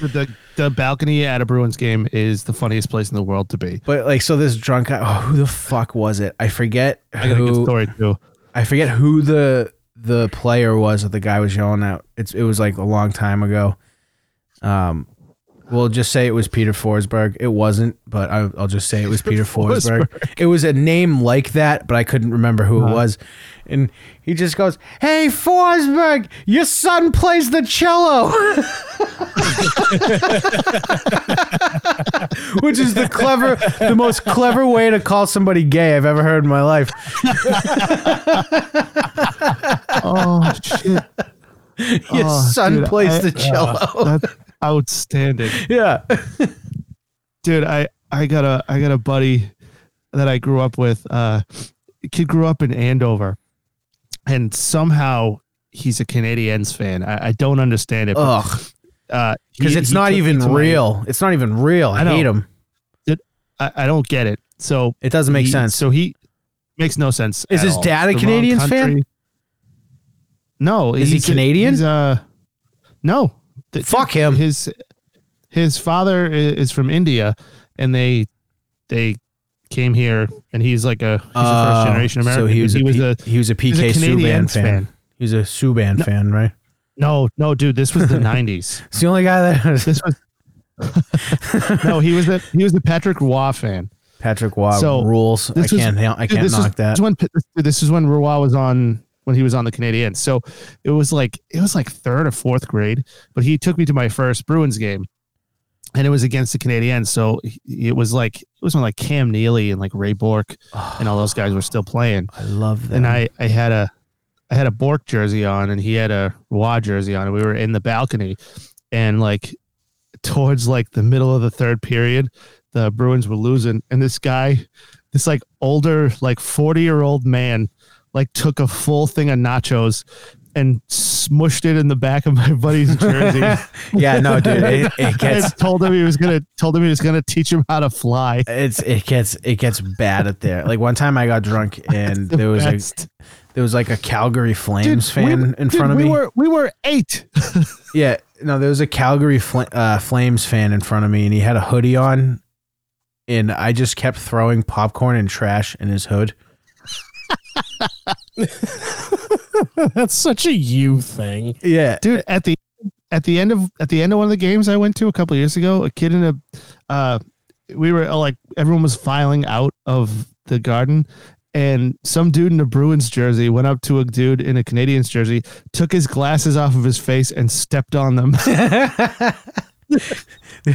S4: The the balcony at a Bruins game is the funniest place in the world to be.
S2: But like, so this drunk guy, oh, who the fuck was it? I forget.
S4: I got a good
S2: who-
S4: story too.
S2: I forget who the the player was that the guy was yelling at. It's it was like a long time ago. Um, We'll just say it was Peter Forsberg. It wasn't, but I, I'll just say it was Peter Forsberg.
S4: Forsberg.
S2: It was a name like that, but I couldn't remember who it was. And he just goes, "Hey Forsberg, your son plays the cello," which is the clever, the most clever way to call somebody gay I've ever heard in my life.
S4: Oh shit!
S2: Your
S4: Oh,
S2: son
S4: dude,
S2: plays
S4: I-
S2: the cello.
S4: uh, that's outstanding,
S2: yeah.
S4: dude. I I got a I got a buddy that I grew up with. Uh, kid grew up in Andover, and somehow he's a Canadiens fan. I, I don't understand it. but,
S2: Ugh.
S4: uh, he-
S2: Because it's
S4: he
S2: not
S4: took me
S2: even
S4: to my-
S2: real. It's not even real. I,
S4: I know.
S2: hate him.
S4: I, I don't get it. So
S2: It doesn't make
S4: he-
S2: sense.
S4: So he makes no sense.
S2: Is
S4: at
S2: his
S4: all.
S2: dad a
S4: The wrong
S2: Canadiens fan?
S4: country. No.
S2: Is he
S4: he's a-
S2: Canadian?
S4: he's a- no. Th-
S2: Fuck him.
S4: His his father i- is from India, and they they came here, and he's like a, he's a
S2: Oh,
S4: first generation American.
S2: So he was,
S4: he
S2: a,
S4: was
S2: P-
S4: a
S2: he was a
S4: he's a
S2: PK Subban
S4: Canadiens
S2: fan.
S4: fan.
S2: He was a Subban fan, right?
S4: no no dude. This was the nineties.
S2: It's the only guy that
S4: This was no. He was the he was the Patrick Waugh fan.
S2: Patrick Waugh
S4: So,
S2: rules. I
S4: This was-
S2: can't. hel- I
S4: dude,
S2: can't
S4: this was-
S2: knock that.
S4: This, one, this is when Roy was on when he was on the Canadiens. So it was like it was like third or fourth grade, but he took me to my first Bruins game, and it was against the Canadiens. So he- it was like it was when like Cam Neely and like Ray Bork and all those guys were still playing.
S2: I love that.
S4: And I I had a I had a Bork jersey on, and he had a Roy jersey on, and we were in the balcony, and like towards like the middle of the third period, the Bruins were losing, and this guy, this like older, like forty year old man, like took a full thing of nachos and smushed it in the back of my buddy's jersey.
S2: yeah, no, dude. It, it gets.
S4: and told him he was gonna told him he was gonna teach him how to fly.
S2: It's it gets it gets bad at there. Like one time I got drunk and
S4: The
S2: there was
S4: best.
S2: a there was like a Calgary Flames
S4: we-
S2: fan in
S4: dude,
S2: front of
S4: we
S2: me.
S4: Were, we were eight.
S2: Yeah, no, there was a Calgary Fl- uh, Flames fan in front of me, and he had a hoodie on, and I just kept throwing popcorn and trash in his hood.
S3: That's such a you thing.
S2: Yeah,
S4: dude at the at the end of at the end of one of the games i went to a couple years ago a kid in a uh we were uh, like everyone was filing out of the garden and some dude in a Bruins jersey went up to a dude in a Canadians jersey, took his glasses off of his face, and stepped on them.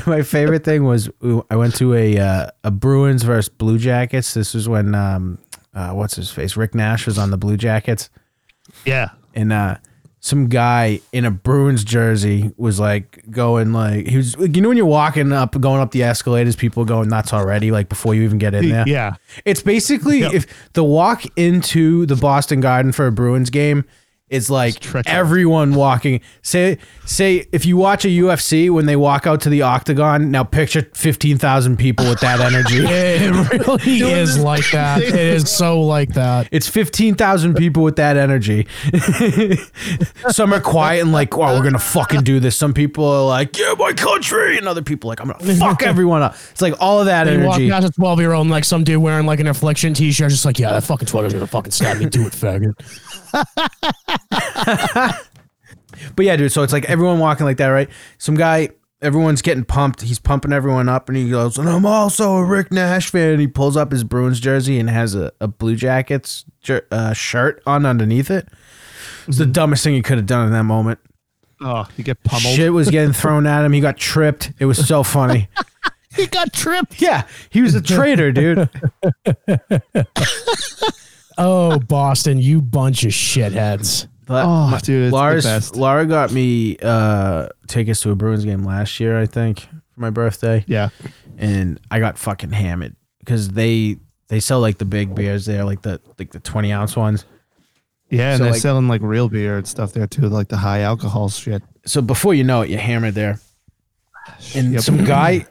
S2: My favorite thing was I went to a uh, a Bruins versus Blue Jackets. This was when um, uh, what's his face Rick Nash was on the Blue Jackets,
S4: yeah,
S2: and uh, some guy in a Bruins jersey was like going like he was you know when you're walking up going up the escalators, people going nuts already like before you even get in there.
S4: yeah.
S2: It's basically
S4: Yep.
S2: if the walk into the Boston Garden for a Bruins game is like
S4: treacherous.
S2: everyone walking. Say say if you watch a UFC when they walk out to the octagon, now picture 15,000 people with that energy.
S3: It really is like that. It is so like that.
S2: It's 15,000 people with that energy. Some are quiet and like, oh, we're going to fucking do this. Some people are like, yeah, my country. And other people are like, I'm going to fuck everyone up. It's like all of that
S3: They walk
S2: energy.
S3: past a 12 year old and like some dude wearing like an affliction t shirt, just like, yeah, that fucking 12 year gonna fucking stab me. Do it, faggot.
S2: But yeah, dude. So it's like everyone walking like that, right? Some guy, everyone's getting pumped. He's pumping everyone up, and he goes, "And I'm also a Rick Nash fan." And he pulls up his Bruins jersey and has a, a Blue Jackets jer- uh, shirt on underneath it. It's the dumbest thing he could have done in that moment.
S4: Oh, you get pummeled.
S2: Shit was getting thrown at him. He got tripped. It was so funny.
S4: He got tripped.
S2: yeah, he was a traitor, dude.
S3: Oh, Boston, you bunch of shitheads.
S4: Oh, dude, it's the
S2: Lars,
S4: best.
S2: Laura got me uh, tickets to a Bruins game last year, I think, for my birthday.
S4: Yeah,
S2: and I got fucking hammered because they they sell like the big beers there, like the like the twenty ounce ones.
S4: yeah. And
S2: So,
S4: they're
S2: like-
S4: selling like real beer and stuff there too, like the high alcohol shit.
S2: So before you know it, you're hammered there, and
S4: Yep.
S2: some guy.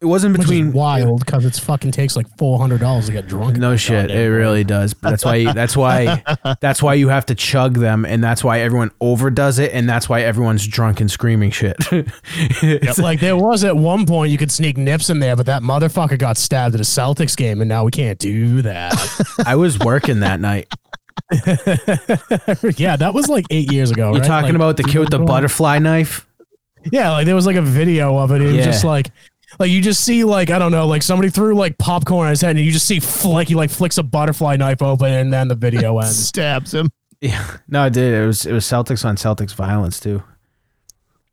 S2: It wasn't
S3: Which
S2: between
S3: is wild because it's fucking takes like $400 to get drunk.
S2: No shit, it really does. But that's why that's why that's why you have to chug them, and that's why everyone overdoes it, and that's why everyone's drunk and screaming shit.
S3: It's like there was at one point you could sneak nips in there, but that motherfucker got stabbed at a Celtics game, and now we can't do that.
S2: I was working that night.
S3: yeah, that was like eight years ago.
S2: You're
S3: right?
S2: talking
S3: Like,
S2: about the kid with the butterfly knife.
S3: Yeah, like there was like a video of it. It was
S2: Yeah.
S3: just like, like you just see like I don't know, like somebody threw like popcorn on his head, and you just see fl- like he like flicks a butterfly knife open, and then the video ends.
S4: Stabs him.
S2: Yeah. No, I did. It was it was Celtics on Celtics violence too.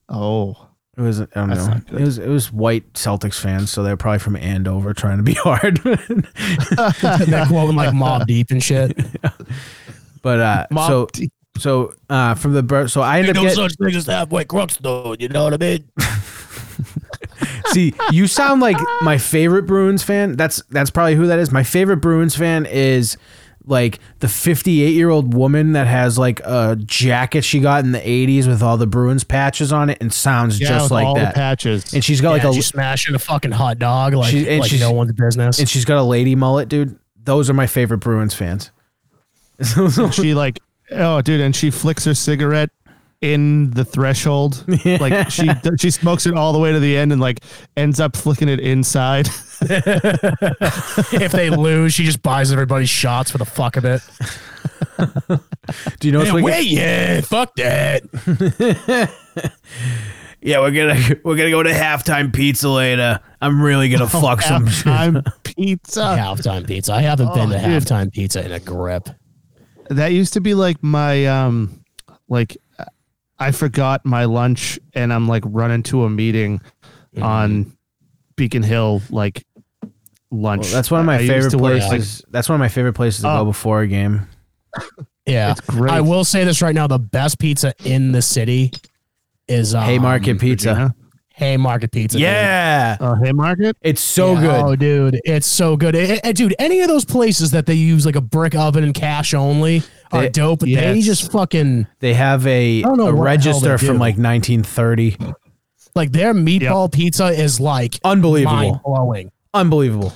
S4: Oh.
S2: It was I don't
S4: That's
S2: know.
S4: not good.
S2: It was it was white Celtics fans, so they're probably from Andover trying to be hard.
S3: that quote in like Mob Deep and shit.
S2: but uh
S4: Mom,
S2: so
S4: t-
S2: so uh from the birth so I
S5: Ain't
S2: ended up
S5: no
S2: getting,
S5: such thing as halfway crooks, dude. You know what I mean?
S2: see you sound like my favorite Bruins fan. That's that's probably who that is. My favorite Bruins fan is like the 58 year old woman that has like a jacket she got in the 80s with all the Bruins patches on it and sounds
S4: yeah,
S2: just
S4: with
S2: like
S4: all
S2: that.
S4: the patches.
S2: and she's got
S3: Like
S2: like a
S3: she's smashing a fucking hot dog, like
S2: She- and
S3: like
S2: she's-
S3: no one's business.
S2: and she's got a lady mullet, dude. Those are my favorite Bruins fans.
S4: she like oh dude and she flicks her cigarette in the threshold like she she smokes it all the way to the end and like ends up flicking it inside
S3: if they lose, she just buys everybody shots for the fuck of it.
S2: Do you know what's
S3: Yeah,
S2: wicked?
S3: wait, yeah, fuck that.
S2: Yeah, we're gonna we're gonna go to halftime pizza later. I'm really gonna fuck some.
S4: i'm pizza
S3: Uh, halftime pizza. I haven't been to
S4: Oh, dude.
S3: halftime pizza in a grip.
S4: that used to be like my um like i forgot my lunch and i'm like running to a meeting
S2: Mm-hmm.
S4: on beacon hill like lunch
S2: Well, that's one of my
S4: I used
S2: favorite
S4: to work, like,
S2: places. that's one of my favorite places to
S4: Oh.
S2: go before a game.
S3: Yeah,
S4: great.
S3: I will say this right now: the best pizza in the city is um,
S2: Haymarket Pizza.
S4: Regina.
S3: Haymarket Pizza. dude.
S2: Yeah,
S4: uh, haymarket
S2: it's so
S3: Yeah,
S2: good.
S3: Oh, dude, it's so good. It- it- dude, any of those places that they use like a brick oven and cash only are
S2: They-
S3: dope. But they
S4: yes.
S3: just fucking
S2: They have a,
S3: I don't know
S2: a
S3: what the hell
S2: register
S3: they
S2: from
S3: do.
S2: like 1930.
S3: like their meatball pizza is like mind
S2: Unbelievable,
S3: blowing.
S2: unbelievable.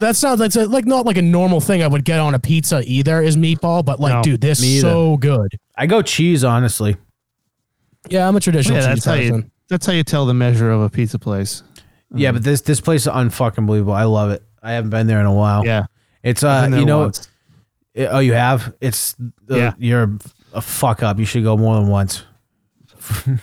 S3: That sounds that's a, like not like a normal thing I would get on a pizza either is meatball, but like,
S4: No,
S3: dude, this
S2: me
S3: is
S2: either.
S3: so good.
S2: I go cheese honestly.
S3: Yeah, I'm a traditional
S4: yeah that's
S3: cheese
S4: how
S3: person.
S4: you that's how you tell the measure of a pizza place
S2: Yeah,
S3: Mm.
S2: but this this place is unfucking believable. I love it. I haven't been there in a while.
S4: yeah
S2: it's uh,
S4: Been there
S2: you know,
S4: once.
S2: It- oh, you have? It's uh,
S4: Yeah.
S2: You're a fuck up. You should go more than once.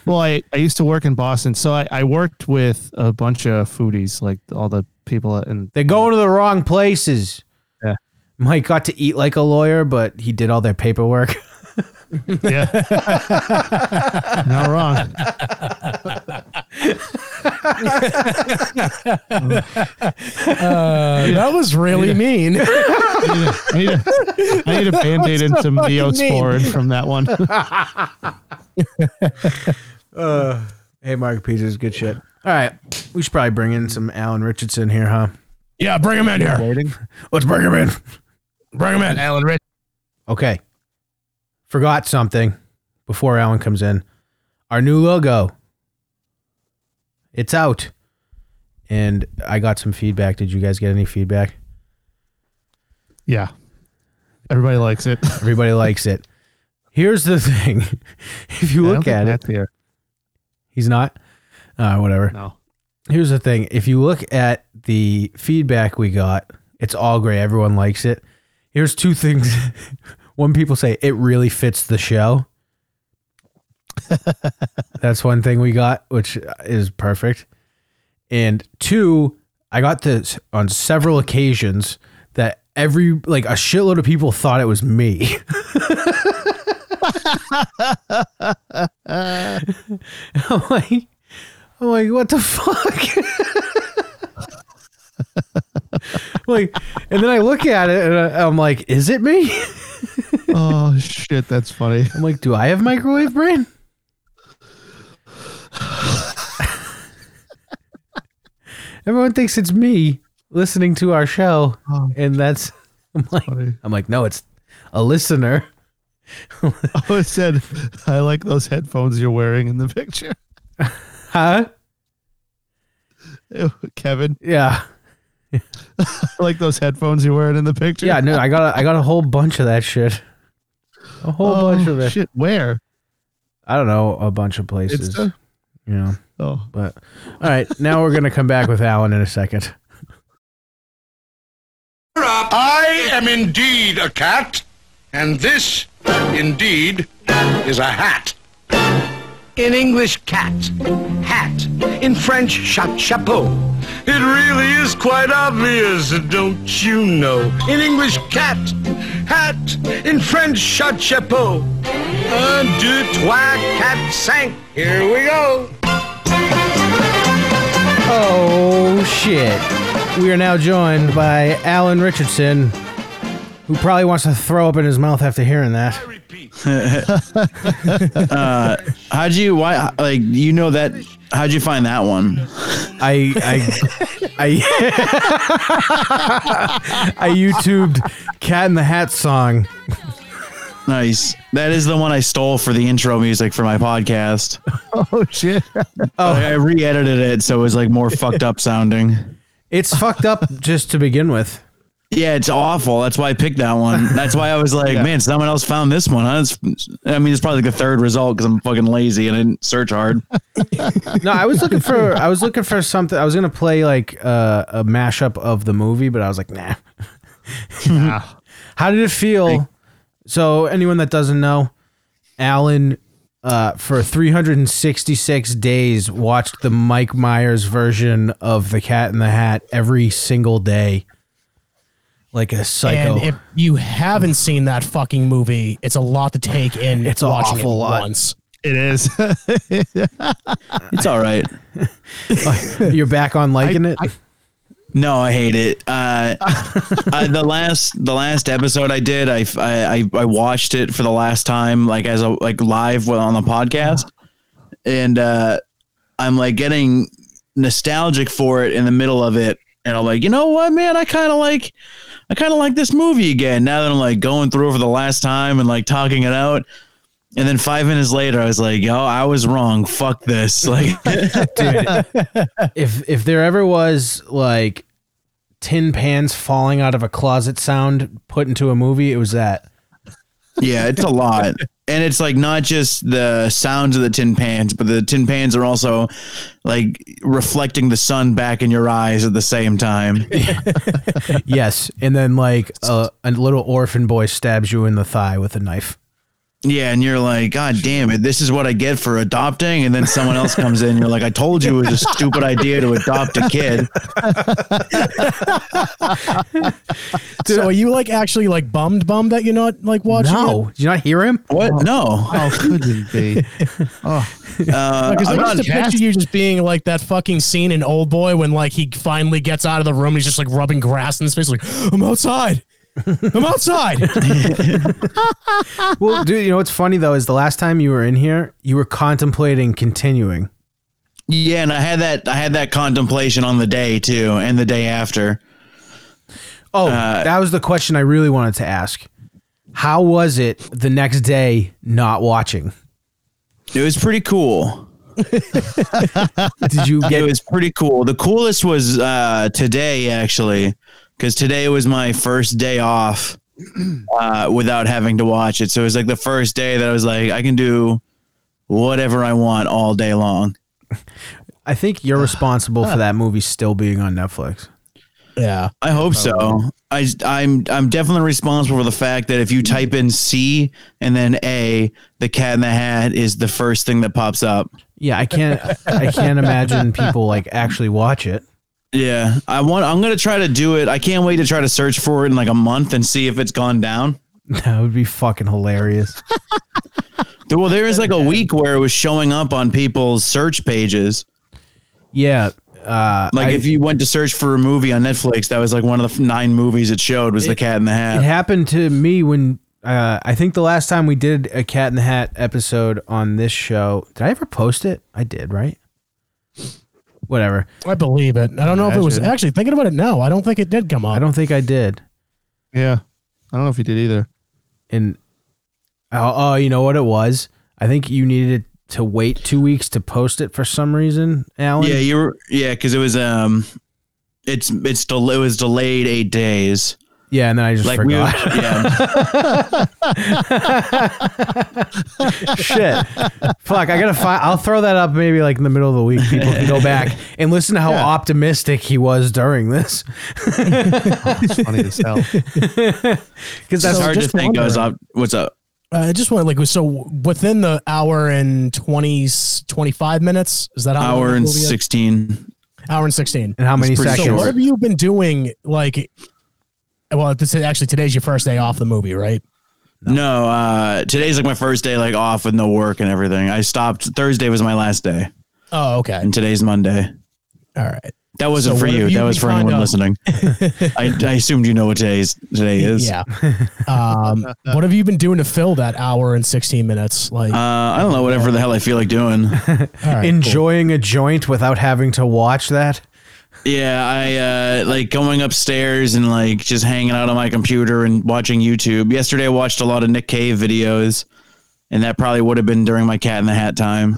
S4: Well, I, I used to work in Boston, so I, I worked with a bunch of foodies, like all the people and
S2: They're going to the wrong places.
S4: Yeah.
S2: Mike got to eat like a lawyer, but he did all their paperwork.
S4: yeah, not wrong.
S3: Uh, that was really mean.
S4: I need a, I need a band-aid and some
S3: fucking
S4: neosporin from that one.
S2: Hey, Mark Pizza's good shit. All right, we should probably bring in some Alan Richardson here, huh?
S3: yeah, bring him in here.
S2: Let's bring him in.
S3: Bring him in, Alan Rich.
S2: Okay. Forgot something before Alan comes in. Our new logo. It's out. And I got some feedback. Did you guys get any feedback?
S4: yeah, everybody likes it.
S2: Everybody likes it. Here's the thing. If
S4: I
S2: you
S4: don't
S2: look
S4: think
S2: at it,
S4: Matt's here.
S2: he's not. Uh, whatever.
S4: No,
S2: Here's the thing. If you look at the feedback we got, it's all great. Everyone likes it. Here's two things. one, people say it really fits the show. That's one thing we got, which is perfect. And two, I got this on several occasions that every, like, a shitload of people thought it was me. I'm like, I'm like, what the fuck? like, and then I look at it and I, I'm like, is it me?
S4: oh shit, that's funny.
S2: I'm like, do I have microwave brain? Everyone thinks it's me listening to our show,
S4: Oh.
S2: and that's I'm like,
S4: Funny.
S2: I'm like, no, it's a listener.
S4: Oh, it said, "I like those headphones you're wearing in the picture."
S2: Huh?
S4: Ew, Kevin,
S2: Yeah.
S4: I like those headphones you're wearing in the picture.
S2: Yeah, no, I got a, I got a whole bunch of that shit. A whole
S4: oh,
S2: bunch of it.
S4: shit. Where?
S2: I don't know, a bunch of places.
S4: It's uh, the-
S2: you know.
S4: oh,
S2: But all right, now we're gonna come back with Alan in a second.
S12: I am indeed a cat, and this, indeed, is a hat.
S13: In English, cat. Hat. In French, cha- chapeau. It really is quite obvious, don't you know? In English, cat. Hat. In French, cha- chapeau. Un, deux, trois, quatre, cinq. Here we go.
S2: Oh shit. We are now joined by Alan Richardson, who probably wants to throw up in his mouth after hearing that.
S8: uh, how'd you why like you know that how'd you find that one
S2: i i i i youtubed cat in the hat song
S8: nice that is the one i stole for the intro music for my podcast
S4: oh shit
S8: oh i re-edited it so it was like more fucked up sounding
S2: it's fucked up just to begin with
S8: yeah it's awful that's why i picked that one that's why i was like
S2: Yeah.
S8: man someone else found this one huh? It's- i mean it's probably like the third result because i'm fucking lazy and i didn't search hard
S2: no i was looking for i was looking for something i was gonna play like uh, a mashup of the movie but i was like nah how did it feel so anyone that doesn't know alan uh, for 366 days watched the mike myers version of the cat in the hat every single day like a psycho
S3: And if you haven't seen that fucking movie, it's a lot to take in. It's
S2: an
S3: watching
S2: awful
S3: it
S2: lot.
S3: once.
S4: It is.
S8: it's all right
S2: you're back on liking it
S8: No, I hate it. Uh, uh, the last the last episode I did, I, I I watched it for the last time, like as a like live while on the podcast, and uh, I'm like getting nostalgic for it in the middle of it, and I'm like, you know what, man, I kind of like. I kind of like this movie again now that I'm like going through it for the last time and like talking it out. And then five minutes later, I was like, yo, I was wrong. Fuck this. Like,
S2: if if there ever was like tin pans falling out of a closet sound put into a movie, it was that.
S8: Yeah, it's a lot. And it's like not just the sounds of the tin pans, but the tin pans are also like reflecting the sun back in your eyes at the same time.
S2: yes, and then like a, a little orphan boy stabs you in the thigh with a knife.
S8: Yeah, and you're like, God damn it, this is what I get for adopting. And then someone else comes in, you're like, I told you it was a stupid idea to adopt a kid.
S3: so are you like actually like bummed bummed that you're not like watching?
S2: No.
S3: it?
S2: did you not hear him?
S8: What? No.
S4: How could it be? Oh,
S8: uh,
S3: Because
S4: I'm
S3: I
S4: not
S3: just picture you just being like that fucking scene in Old Boy when like he finally gets out of the room and he's just like rubbing grass in his face, like I'm outside, I'm outside.
S2: well, dude, you know what's funny though is the last time you were in here, you were contemplating continuing.
S8: Yeah, and I had that I had that contemplation on the day too, and the day after.
S2: Oh, that was the question I really wanted to ask. How was it the next day not watching?
S8: It was pretty cool.
S2: Did you
S8: It was pretty cool. The coolest was uh, today, actually, because today was my first day off uh, without having to watch it. So it was like the first day that I was like, I can do whatever I want all day long.
S2: I think you're responsible for that movie still being on Netflix.
S3: Yeah,
S8: I hope so. I I'm I'm definitely responsible for the fact that if you type in C and then A, the Cat in the Hat is the first thing that pops up.
S2: Yeah, I can't I can't imagine people like actually watch it.
S8: Yeah, I want. I'm gonna try to do it. I can't wait to try to search for it in like a month and see if it's gone down.
S2: That would be fucking hilarious.
S8: Well, there was like a week where it was showing up on people's search pages.
S2: Yeah. Uh,
S8: Like
S2: I-
S8: if you went to search for a movie on Netflix, that was like one of the f- nine movies it showed was The Cat in the
S2: It
S8: Hat.
S2: happened to me when uh, I think the last time we did a Cat in the Hat episode on this show. Did I ever post it? I did, right? Whatever.
S3: I believe it. I don't know if it was
S2: Imagine.
S3: actually thinking about it. No, I don't think it did come up.
S2: I don't think I did.
S4: Yeah, I don't know if you did either.
S2: And oh, oh, you know what it was? I think you needed to wait two weeks to post it for some reason, Alan.
S8: Yeah, you were. Yeah, because it was um, it's it's del- it was delayed eight days.
S2: Yeah, and then I just
S8: Like we were,
S2: forgot.
S8: yeah,
S2: Shit. Fuck, I gotta find I'll throw that up maybe like in the middle of the week. People can go back and listen to how optimistic he was during this.
S4: It's funny as hell.
S2: Because that's
S8: hard to think. I was up. What's up?
S3: Uh, I just want like so within the hour and 20, 25 minutes is that how long
S8: Hour
S3: the
S8: and
S3: movie is?
S8: sixteen.
S3: hour and sixteen.
S2: And how many
S8: It's pretty
S2: seconds?
S3: So what have you been doing? Like, well, this is actually today's your first day off the movie, right?
S8: No, uh, today's like my first day, like off with no work and everything. I stopped. Thursday was my last day,
S3: Oh, okay.
S8: and today's Monday.
S3: All right.
S8: That wasn't
S3: So
S8: for
S3: what have
S8: you.
S3: you
S8: That was
S3: been
S8: for
S3: trying
S8: anyone
S3: to-
S8: listening. I, I assumed you know what today's today is. Uh,
S3: Yeah. Um, what have you been doing to fill that hour and sixteen minutes? Like,
S8: Uh, I don't know. Whatever the hell I feel like doing.
S3: right,
S2: Enjoying a joint without having to watch that.
S8: Yeah, I uh, like going upstairs and like just hanging out on my computer and watching YouTube. Yesterday, I watched a lot of Nick Cave videos, and that probably would have been during my Cat in the Hat time.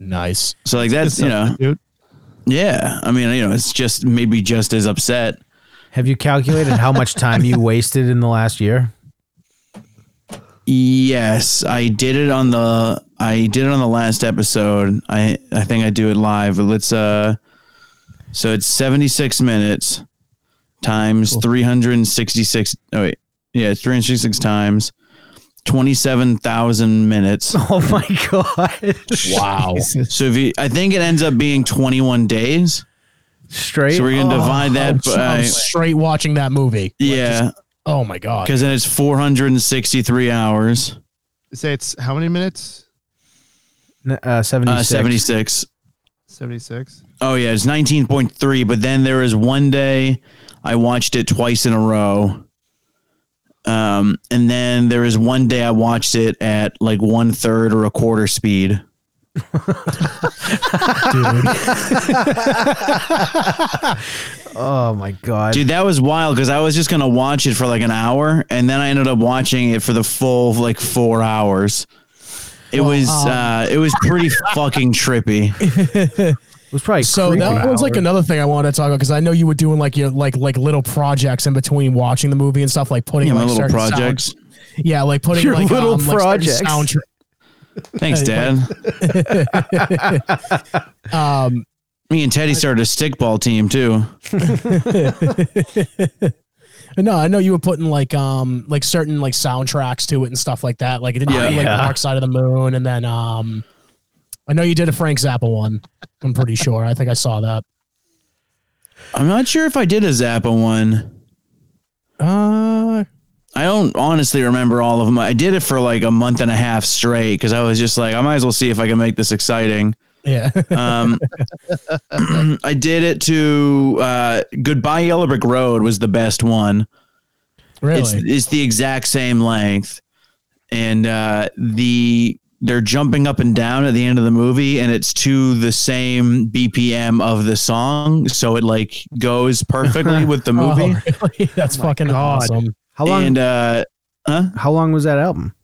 S3: Nice.
S8: So like that's you know, yeah. I mean, you know, it's just maybe just as upset.
S2: Have you calculated how much time you wasted in the last year?
S8: Yes, I did it on the I did it on the last episode. I I think I do it live. But let's uh so it's 76 minutes times 366 Oh wait. Yeah, it's 366 times 27,000 minutes.
S2: Oh my god.
S3: Wow.
S8: So if you I think it ends up being 21 days.
S2: Straight.
S8: So we're going to
S3: Oh,
S8: divide that uh,
S3: I'm,
S8: by
S3: I'm straight watching that movie.
S8: Yeah,
S3: Oh my god.
S8: cuz then it's 463 hours.
S4: Say it's how many minutes?
S2: N- Uh, 76.
S8: Uh, 76.
S4: 76.
S8: Oh yeah, it's nineteen point three. But then there is one day I watched it twice in a row. Um, and then there is one day I watched it at like one third or a quarter speed.
S2: Oh my god.
S8: Dude, that was wild because I was just gonna watch it for like an hour, and then I ended up watching it for the full like four hours. It was uh, it was pretty fucking trippy.
S2: It was probably
S3: So
S2: creepy.
S3: that was like another thing I wanted to talk about because I know you were doing like your like like little projects in between watching the movie and stuff like putting
S8: Yeah, my
S3: like
S8: little
S3: certain sound-
S8: projects.
S3: yeah, like putting
S2: Your
S3: like
S2: little
S3: um, like, certain
S2: projects.
S3: soundtrack-
S8: Thanks, Dad.
S3: Um,
S8: Me and Teddy started a stickball team too.
S3: no, I know you were putting like um like certain like soundtracks to it and stuff like that. Like it didn't
S8: Yeah.
S3: like
S8: Yeah.
S3: the Dark Side of the Moon, and then um, I know you did a Frank Zappa one. I'm pretty sure. I think I saw that.
S8: I'm not sure if I did a Zappa one.
S3: Uh,
S8: I don't honestly remember all of them. I did it for like a month and a half straight because I was just like, I might as well see if I can make this exciting.
S3: Yeah.
S8: Um, I did it to uh, Goodbye Yellow Brick Road was the best one.
S3: really?
S8: It's it's the exact same length, and uh, the they're jumping up and down at the end of the movie, and it's to the same BPM of the song, so it like goes perfectly with the
S3: Oh,
S8: movie.
S3: really? That's fucking awesome.
S2: how long
S8: And uh, huh?
S2: how long was that album?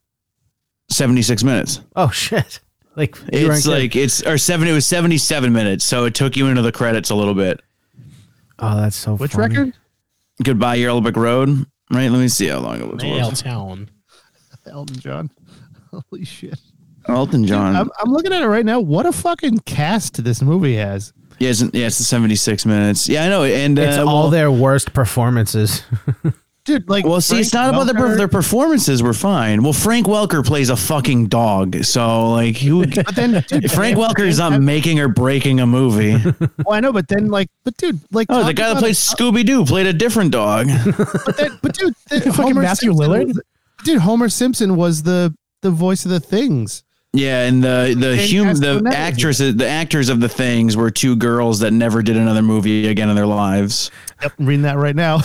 S8: Seventy six minutes.
S2: Oh shit. Like you weren't
S8: It's
S2: kidding.
S8: like it's or seven. It was seventy seven minutes, so it took you into the credits a little bit.
S2: Oh, that's so
S4: Which
S2: funny.
S4: record?
S8: Goodbye, Yellow Brick Road. Right? Let me see how long it was.
S3: Nail Town.
S4: Elton John. Holy shit.
S8: Elton John.
S4: I'm, I'm looking at it right now. What a fucking cast this movie has.
S8: yeah, it's, yeah, it's seventy six minutes. Yeah, I know. And uh,
S2: It's all
S8: well,
S2: their worst performances.
S4: Dude, like
S8: Well, see, it's not about their per-
S4: Welker-
S8: their performances were fine. Well, Frank Welker plays a fucking dog, so like who?
S4: But then dude,
S8: Frank
S4: yeah,
S8: Welker is
S4: but
S8: not
S4: then-
S8: making or breaking a movie.
S4: Well, I know, but then like but dude, like
S8: Oh, the
S4: talk
S8: guy that
S4: about-
S8: plays Scooby Doo played a different dog.
S4: but, then, but dude, then
S3: Fucking Matthew
S4: Simpson
S3: Lillard?
S4: was- Dude, Homer Simpson was the the voice of the things.
S8: Yeah, and the the
S4: And
S8: hum, the
S4: Castaneda.
S8: actresses the actors of the things were two girls that never did another movie again in their lives.
S4: Yep, I'm reading that right now.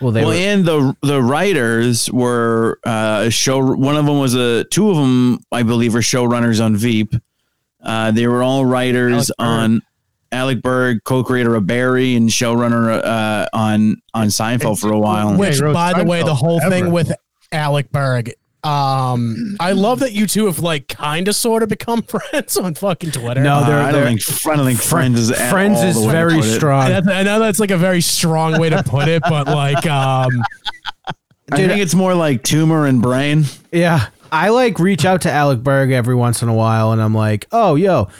S2: well, they
S8: well,
S2: were,
S8: and the the writers were uh, show. One of them was a two of them, I believe, were showrunners on Veep. Uh, they were all writers on Alec Berg, co-creator of Barry, and showrunner uh, on on Seinfeld for a while.
S3: Which,
S4: Rose
S3: by the way, the
S4: Seinfeld
S3: whole thing
S4: ever.
S3: with Alec Berg. Um, I love that you two have like kind of sort of become friends on fucking Twitter.
S2: no, they're,
S8: Uh, I don't
S2: they're
S8: think I don't think Friends is at
S2: friends
S8: all
S2: is
S8: the way to
S2: very
S8: put it.
S2: strong.
S3: That's- I know that's like a very strong way to put it, but like, um,
S8: I think it's more like tumor and brain.
S2: Yeah. I like reach out to Alec Berg every once in a while and I'm like, oh, yo,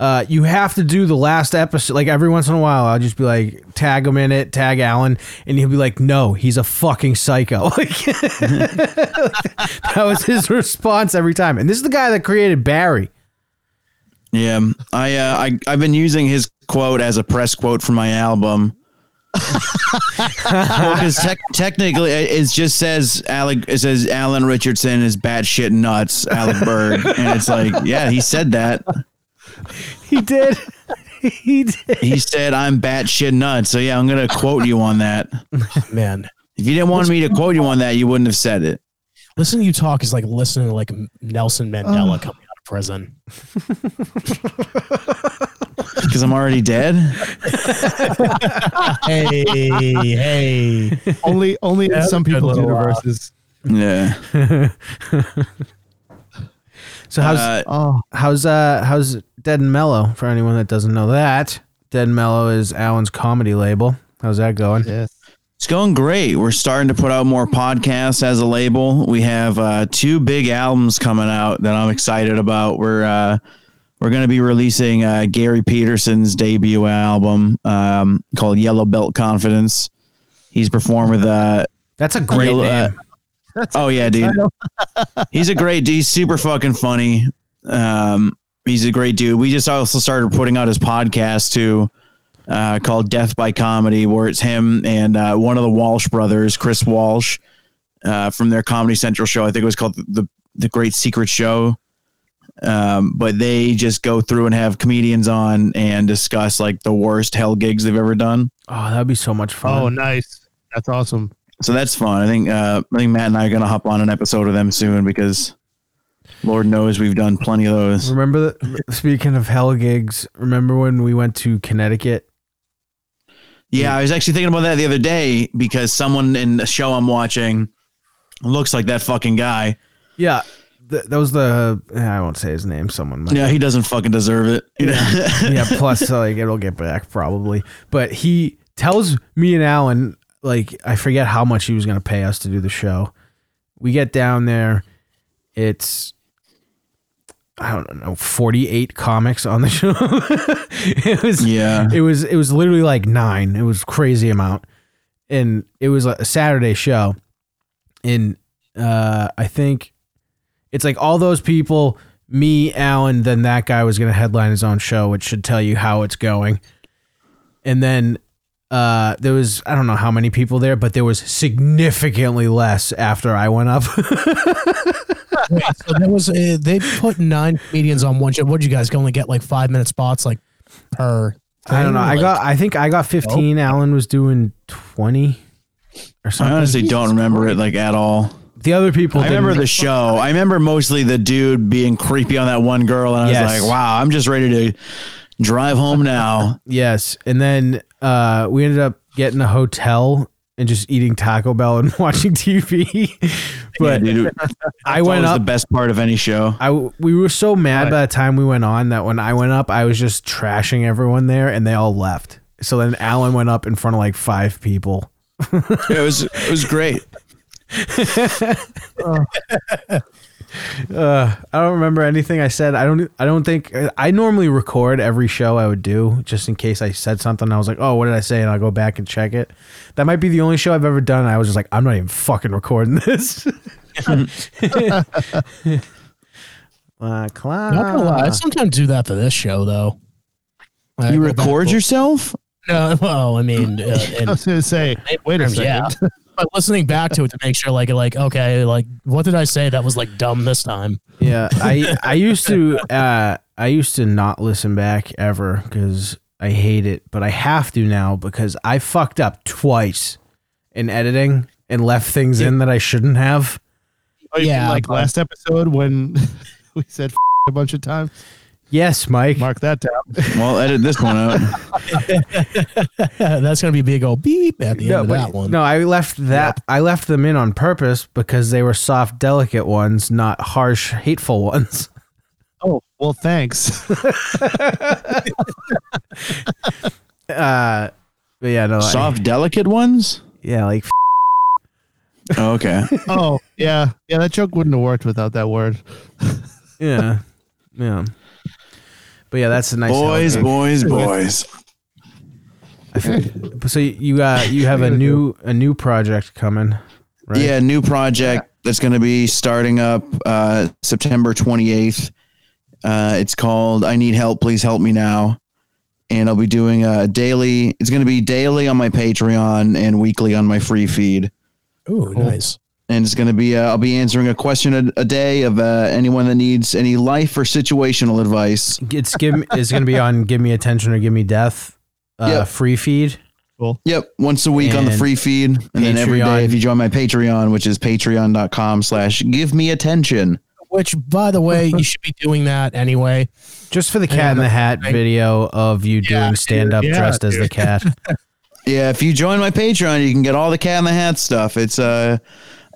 S2: Uh, you have to do the last episode. Like every once in a while, I'll just be like, tag him in it, tag Alan, and he'll be like, "No, he's a fucking psycho." Like, that was his response every time. And this is the guy that created Barry.
S1: Yeah, I, uh, I I've been using his quote as a press quote for my album. Because technically, it, it just says Alec. It says Alan Richardson is batshit nuts, Alec Berg, and it's like, yeah, he said that.
S2: He did. He did.
S1: He said, "I'm batshit nuts." So yeah, I'm gonna quote you on that,
S3: man.
S1: If you didn't want me to quote you on that, you wouldn't have said it.
S3: Listening to you talk is like listening to like Nelson Mandela
S1: Oh.
S3: coming out of prison.
S1: Because I'm already dead.
S3: hey, hey.
S4: Only only in
S3: That
S4: some
S3: was a good
S4: people's
S3: little, uh,
S4: universes.
S1: Yeah.
S2: So how's
S1: Uh,
S4: oh.
S2: how's uh how's Dead and Mellow for anyone that doesn't know that? Dead and Mellow is Alan's comedy label. How's that going?
S4: Yes.
S1: It's going great. We're starting to put out more podcasts as a label. We have uh, two big albums coming out that I'm excited about. We're uh, we're going to be releasing uh, Gary Peterson's debut album um, called Yellow Belt Confidence. He's performed with uh,
S2: that's a great name.
S4: uh,
S1: oh yeah, dude. he's a great dude. He's super fucking funny. Um, he's a great dude. We just also started putting out his podcast too, uh, called Death by Comedy, where it's him and uh, one of the Walsh brothers, Chris Walsh, uh, from their Comedy Central show. I think it was called the the Great Secret Show. Um, but they just go through and have comedians on and discuss like the worst hell gigs they've ever done.
S2: Oh, that'd be so much fun.
S4: Oh, nice. That's awesome.
S1: So that's fun. I think uh, I think Matt and I are gonna hop on an episode of them soon because Lord knows we've done plenty of those.
S2: Remember, the, speaking of hell gigs, remember when we went to Connecticut?
S1: Yeah, I was actually thinking about that the other day because someone in the show I'm watching looks like that fucking guy.
S2: Yeah, th- that was the eh, I won't say his name. Someone, might.
S1: Yeah, he doesn't fucking deserve it.
S2: yeah. Plus, uh, like it'll get back probably, but he tells me and Alan like I forget how much he was gonna pay us to do the show. We get down there, it's I don't know, 48 comics on the show. it was
S1: Yeah.
S2: It was it was literally like 9. It was crazy amount. And it was like a Saturday show. And uh I think it's like all those people, me, Alan, then that guy was going to headline his own show, which should tell you how it's going. And then uh, there was I don't know how many people there, but there was significantly less after I went up.
S3: Wait, so there was uh, they put nine comedians on one show. What would you guys only get like five minute spots like per?
S2: I don't know. I
S3: thing?
S2: got
S3: Like,
S2: I think I
S1: Oh.
S2: got 15. Alan was doing 20 or
S1: I
S2: something.
S1: honestly don't remember it like at all.
S2: The other people
S1: I remember
S2: didn't.
S1: the show. I remember mostly the dude being creepy on that one girl, and I
S2: Yes.
S1: was like, "Wow, I'm just ready to drive home now."
S2: Yes, and then uh, we ended up getting a hotel and just eating Taco Bell and watching TV. but
S1: Yeah, dude.
S2: I
S1: It's always
S2: went up.
S1: the best part of any show.
S2: I we were so mad by the time we went on that when I went up, I was just trashing everyone there, and they all left. So then Alan went up in front of like five people.
S1: It was it was great.
S2: Uh, I don't remember anything I said. I don't. e, I don't think I normally record every show I would do just in case I said something. I was like, "Oh, what did I say?" And I'll go back and check it. That might be the only show I've ever done. I was just like, "I'm not even fucking recording this." uh, Clown.
S3: not gonna lie, I sometimes do that for this show though. I
S1: You
S3: go back-
S1: record yourself?
S3: No, well, I mean, uh,
S4: I
S3: and
S4: was gonna say, wait a second.
S3: Yeah. but listening back to it to make sure, like, like okay, like what did I say that was like dumb this time?
S2: Yeah, I I used to uh, I used to not listen back ever because I hate it, but I have to now because I fucked up twice in editing and left things in that I shouldn't have.
S4: Oh, you mean
S2: Yeah,
S4: like
S2: but-
S4: last episode when we said a bunch of times.
S2: Yes, Mike.
S4: Mark that down.
S1: Well, edit this one out.
S3: That's gonna be a big old beep at the end of
S2: but-
S3: that one.
S2: no, I left that I left them in on purpose because they were soft, delicate ones, not harsh, hateful ones.
S4: Oh well, thanks.
S2: Uh, but yeah, no, I-
S1: Soft, delicate ones.
S2: yeah, like
S1: Oh, okay.
S4: oh yeah, yeah. That joke wouldn't have worked without that word.
S2: yeah, yeah. But yeah, that's a nice
S1: Boys,
S2: Hello
S1: boys,
S2: Kitty.
S1: boys.
S2: I think- so you got you have a new a new project coming, right?
S1: Yeah, new project that's going to be starting up uh, September 28th. Uh, it's called I Need Help, Please Help Me Now. And I'll be doing a daily, it's going to be daily on my Patreon and weekly on my free feed.
S3: Ooh, nice.
S1: And it's going to be, uh, I'll be answering a question a, a day of uh, anyone that needs any life or situational advice.
S2: It's give me, it's going to be on give me attention or give me death, uh,
S1: Yep.
S2: free feed.
S4: Cool.
S1: Yep, once a week on the
S2: And
S1: free feed, and then every
S2: Patreon.
S1: day if you join my Patreon, which is patreon.com/slash give me attention.
S3: Which, by the way, you should be doing that anyway.
S2: Just for the Cat in the Hat video of you doing stand up
S1: Yeah,
S2: dressed as the
S1: dude.
S2: cat.
S1: Yeah, if you join my Patreon, you can get all the Cat in the Hat stuff. It's uh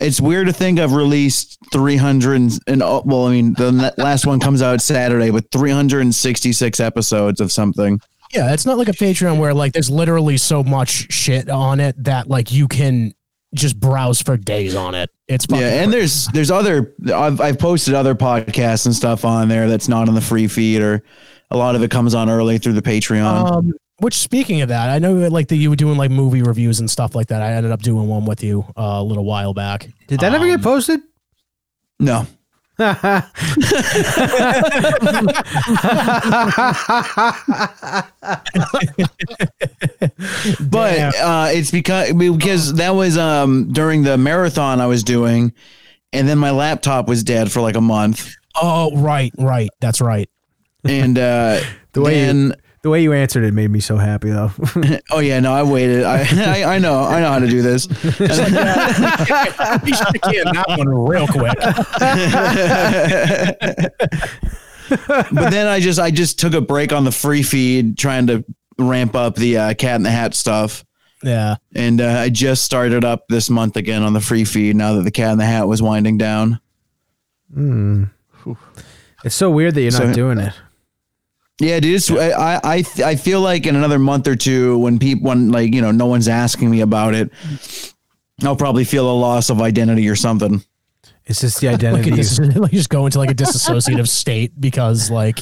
S1: it's weird to think I've released 300 and, and oh, well, I mean, the n- last one comes out Saturday with 366 episodes of something.
S3: Yeah, it's not like a Patreon where like there's literally so much shit on it that like you can just browse for days on it. It's fucking
S1: yeah, and there's there's other I've I've posted other podcasts and stuff on there that's not on the free feed or a lot of it comes on early through the Patreon.
S3: Um, which speaking of that, I know that, like that you were doing like movie reviews and stuff like that. I ended up doing one with you uh, a little while back.
S2: Did that ever get posted?
S1: No. but uh, it's because because that was um during the marathon I was doing, and then my laptop was dead for like a month,
S3: Oh, right, right. That's right.
S1: and uh,
S2: The way you-
S1: then
S2: the way you answered it made me so happy though.
S1: oh yeah no I waited I, I I know I know how to do this.
S3: We should have canned that one real quick.
S1: but then I just I just took a break on the free feed trying to ramp up the uh, Cat in the Hat stuff.
S3: Yeah.
S1: And uh, I just started up this month again on the free feed now that the Cat in the Hat was winding down.
S2: Hmm. It's so weird that you're
S1: So-
S2: not doing it.
S1: Yeah, dude, it's, I I I feel like in another month or two, when people, when like you know, no one's asking me about it, I'll probably feel a loss of identity or something.
S2: It's just the
S3: Like,
S2: identity.
S3: a dis- like you just go into like a disassociative state because like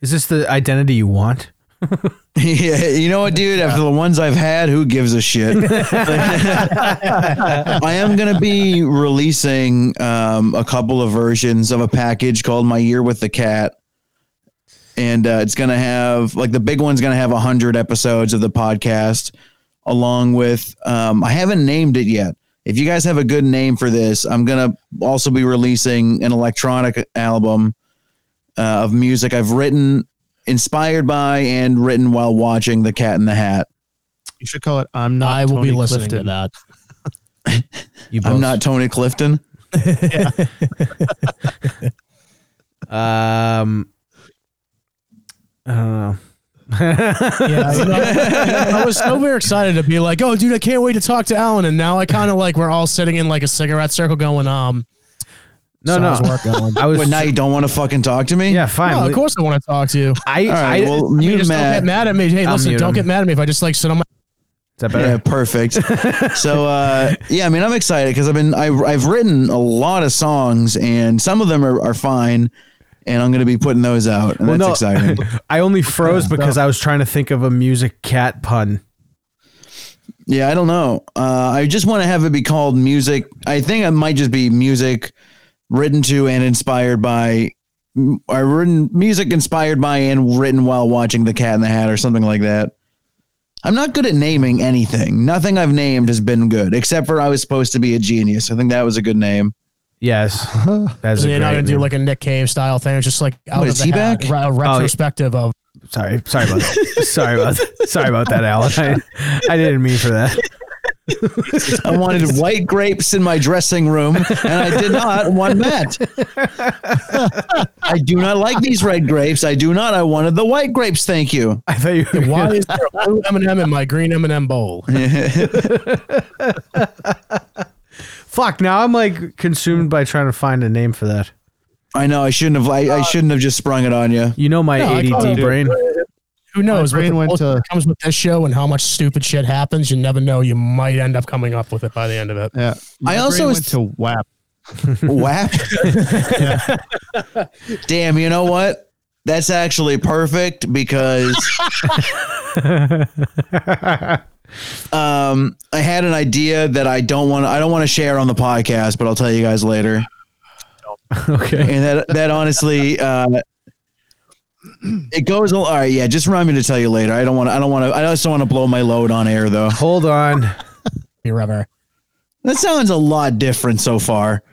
S2: Is this the identity you want?
S1: yeah, you know what, dude? After the ones I've had, who gives a shit? I am gonna be releasing um, a couple of versions of a package called My Year with the Cat. And uh, it's gonna have like the big one's gonna have hundred episodes of the podcast, along with um, I haven't named it yet. If you guys have a good name for this, I'm gonna also be releasing an electronic album uh, of music I've written, inspired by, and written while watching The Cat in the Hat.
S4: You should call it I'm not
S3: I will
S4: Tony
S3: be listening
S4: Clifton.
S3: to that.
S2: You both.
S1: I'm not Tony Clifton.
S2: Um, I don't know.
S3: Yeah, I, know. I was so very excited to be like, oh, dude, I can't wait to talk to Alan. And now I kind of like we're all sitting in like a cigarette circle going, um,
S2: No,
S3: so
S2: no.
S3: how's work going?
S2: I was.
S1: But now you don't want to fucking talk to me?
S2: yeah, fine.
S3: No, of course I want to talk to you.
S2: I.
S1: All right.
S2: I
S1: well,
S3: I mean,
S1: mute
S3: just don't
S1: Matt.
S3: get mad at me. Hey,
S2: I'll
S3: listen,
S2: mute
S3: don't
S2: him.
S3: get mad at me if I just like sit on my.
S2: is that better?
S1: Yeah, perfect. so uh, yeah, I mean, I'm excited because I've been I, I've written a lot of songs and some of them are, are fine, and I'm gonna be putting those out, and that's exciting.
S2: I only froze because I was trying to think of a music cat pun.
S1: yeah, I don't know. Uh, I just want to have it be called music. I think it might just be music written to and inspired by. I written music inspired by and written while watching The Cat in the Hat or something like that. I'm not good at naming anything. Nothing I've named has been good, except for I was supposed to be a genius. I think that was a good name.
S2: Yes, that's a
S3: So
S2: great
S3: you're not gonna do
S2: name.
S3: like a Nick Cave style thing. It's just like out
S1: What,
S3: of
S1: is
S3: the
S1: he
S3: hat,
S1: back?
S3: re- a retrospective of.
S2: Sorry, sorry about that. sorry about sorry about that, Alan. I, I didn't mean for that.
S1: I wanted white grapes in my dressing room, and I did not want that. I do not like these red grapes. I do not. I wanted the white grapes. Thank you.
S2: I thought you. Were
S3: Why is there a blue M&M in my green M&M bowl?
S2: Fuck! Now I'm like consumed by trying to find a name for that.
S1: I know. I shouldn't have. I,
S4: Uh,
S1: I shouldn't have just sprung it on you.
S2: You know my
S3: No, I call
S2: ADD
S3: it-
S2: brain.
S3: Who knows?
S4: brain
S3: what
S4: went
S3: the bullshit
S4: to-
S3: that comes with this show and how much stupid shit happens. You never know. You might end up coming up with it by the end of it.
S4: Yeah. My brain
S1: also
S4: went
S1: was-
S4: to WAP.
S1: Whap. Damn. You know what?
S13: That's actually perfect because um, I had an idea that I don't want. I don't want to share on the podcast, but I'll tell you guys later.
S2: Okay.
S13: And that that honestly, uh, it goes all right. Yeah, just remind me to tell you later. I don't want. I don't want to. I just don't want to blow my load on air though.
S2: Hold on.
S3: Be rubber.
S13: That sounds a lot different so far.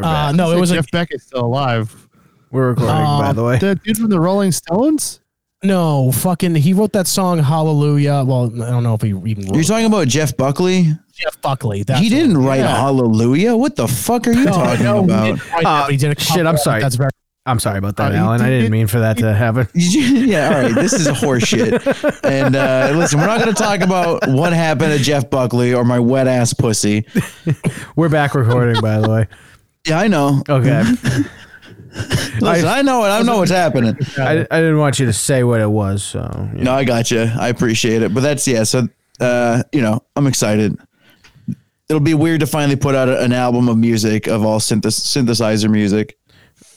S3: Uh, no, it was
S4: Jeff Beckett's still alive.
S2: We're recording,
S3: um,
S2: by the way.
S4: The dude from the Rolling Stones.
S3: No, fucking. He wrote that song Hallelujah. Well, I don't know if he even wrote
S13: You're talking about Jeff Buckley.
S3: Jeff Buckley. That's
S13: he didn't write
S3: Yeah.
S13: Hallelujah. What the fuck are you
S3: No,
S13: talking
S3: no, he
S13: about?
S3: didn't write that, but he did a
S2: Shit,
S3: cover
S2: I'm
S3: of
S2: sorry.
S3: That's very.
S2: I'm sorry about that,
S13: Uh,
S2: Alan. I didn't mean for that to happen.
S13: yeah, all right. This is horseshit. And uh, listen, we're not going to talk about what happened to Jeff Buckley or my wet ass pussy.
S2: We're back recording, by the way.
S13: Yeah, I know.
S2: Okay.
S13: Listen, I, know it. I know what's happening.
S2: I, I didn't want you to say what it was. So
S13: No, I got you. I appreciate it. But that's yeah. So uh, you know, I'm excited. It'll be weird to finally put out a- an album of music of all synth- synthesizer music.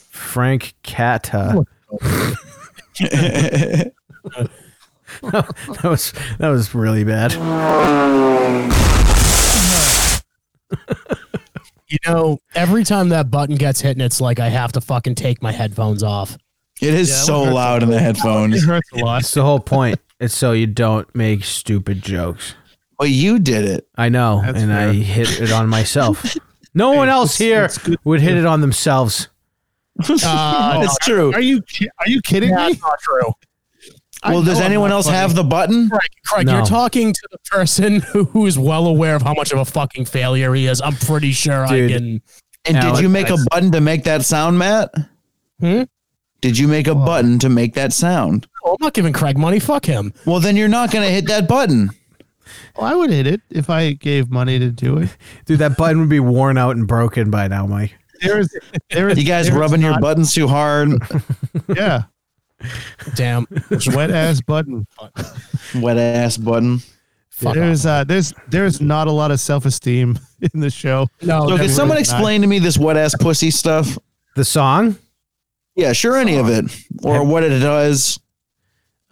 S2: Frank Kata. that was that was really bad.
S3: You know, every time that button gets hit, and it's like I have to fucking take my headphones off.
S13: It is so loud in the headphones.
S4: hurts a lot.
S2: It's the whole point. It's so you don't make stupid jokes.
S13: But you did it.
S2: I know,
S4: That's
S2: and I hit it on myself. No one else here would hit it on themselves.
S3: Uh,
S13: it's true.
S4: Are you ki- are you kidding me?
S3: that's not true.
S4: I
S13: Well, does
S4: know I'm
S13: anyone
S4: not
S13: else
S4: funny.
S13: have the button?
S3: Craig, Craig
S2: No.
S3: you're talking to the person who, who is well aware of how much of a fucking failure he is. I'm pretty sure
S2: Dude.
S3: I can.
S13: And
S2: Alex,
S13: did you make a
S2: guys.
S13: button to make that sound, Matt?
S3: Hmm?
S13: Did you make a button to make that sound?
S3: Oh, I'm not giving Craig money. Fuck him.
S13: Well, then you're not going to hit that button.
S4: Well, I would hit it if I gave money to do it.
S2: Dude, that button would be worn out and broken by now, Mike.
S4: There is, there is.
S13: You guys
S4: there is
S13: rubbing your
S4: not-
S13: buttons too hard.
S4: Yeah,
S3: Damn.
S4: wet ass button.
S13: Wet ass button.
S4: there's uh, there's there's not a lot of self esteem in the show.
S3: No.
S13: So,
S3: there
S13: can someone
S3: is not.
S13: explain to me this wet ass pussy stuff?
S2: The song.
S13: Yeah, sure, any of it, or what it does,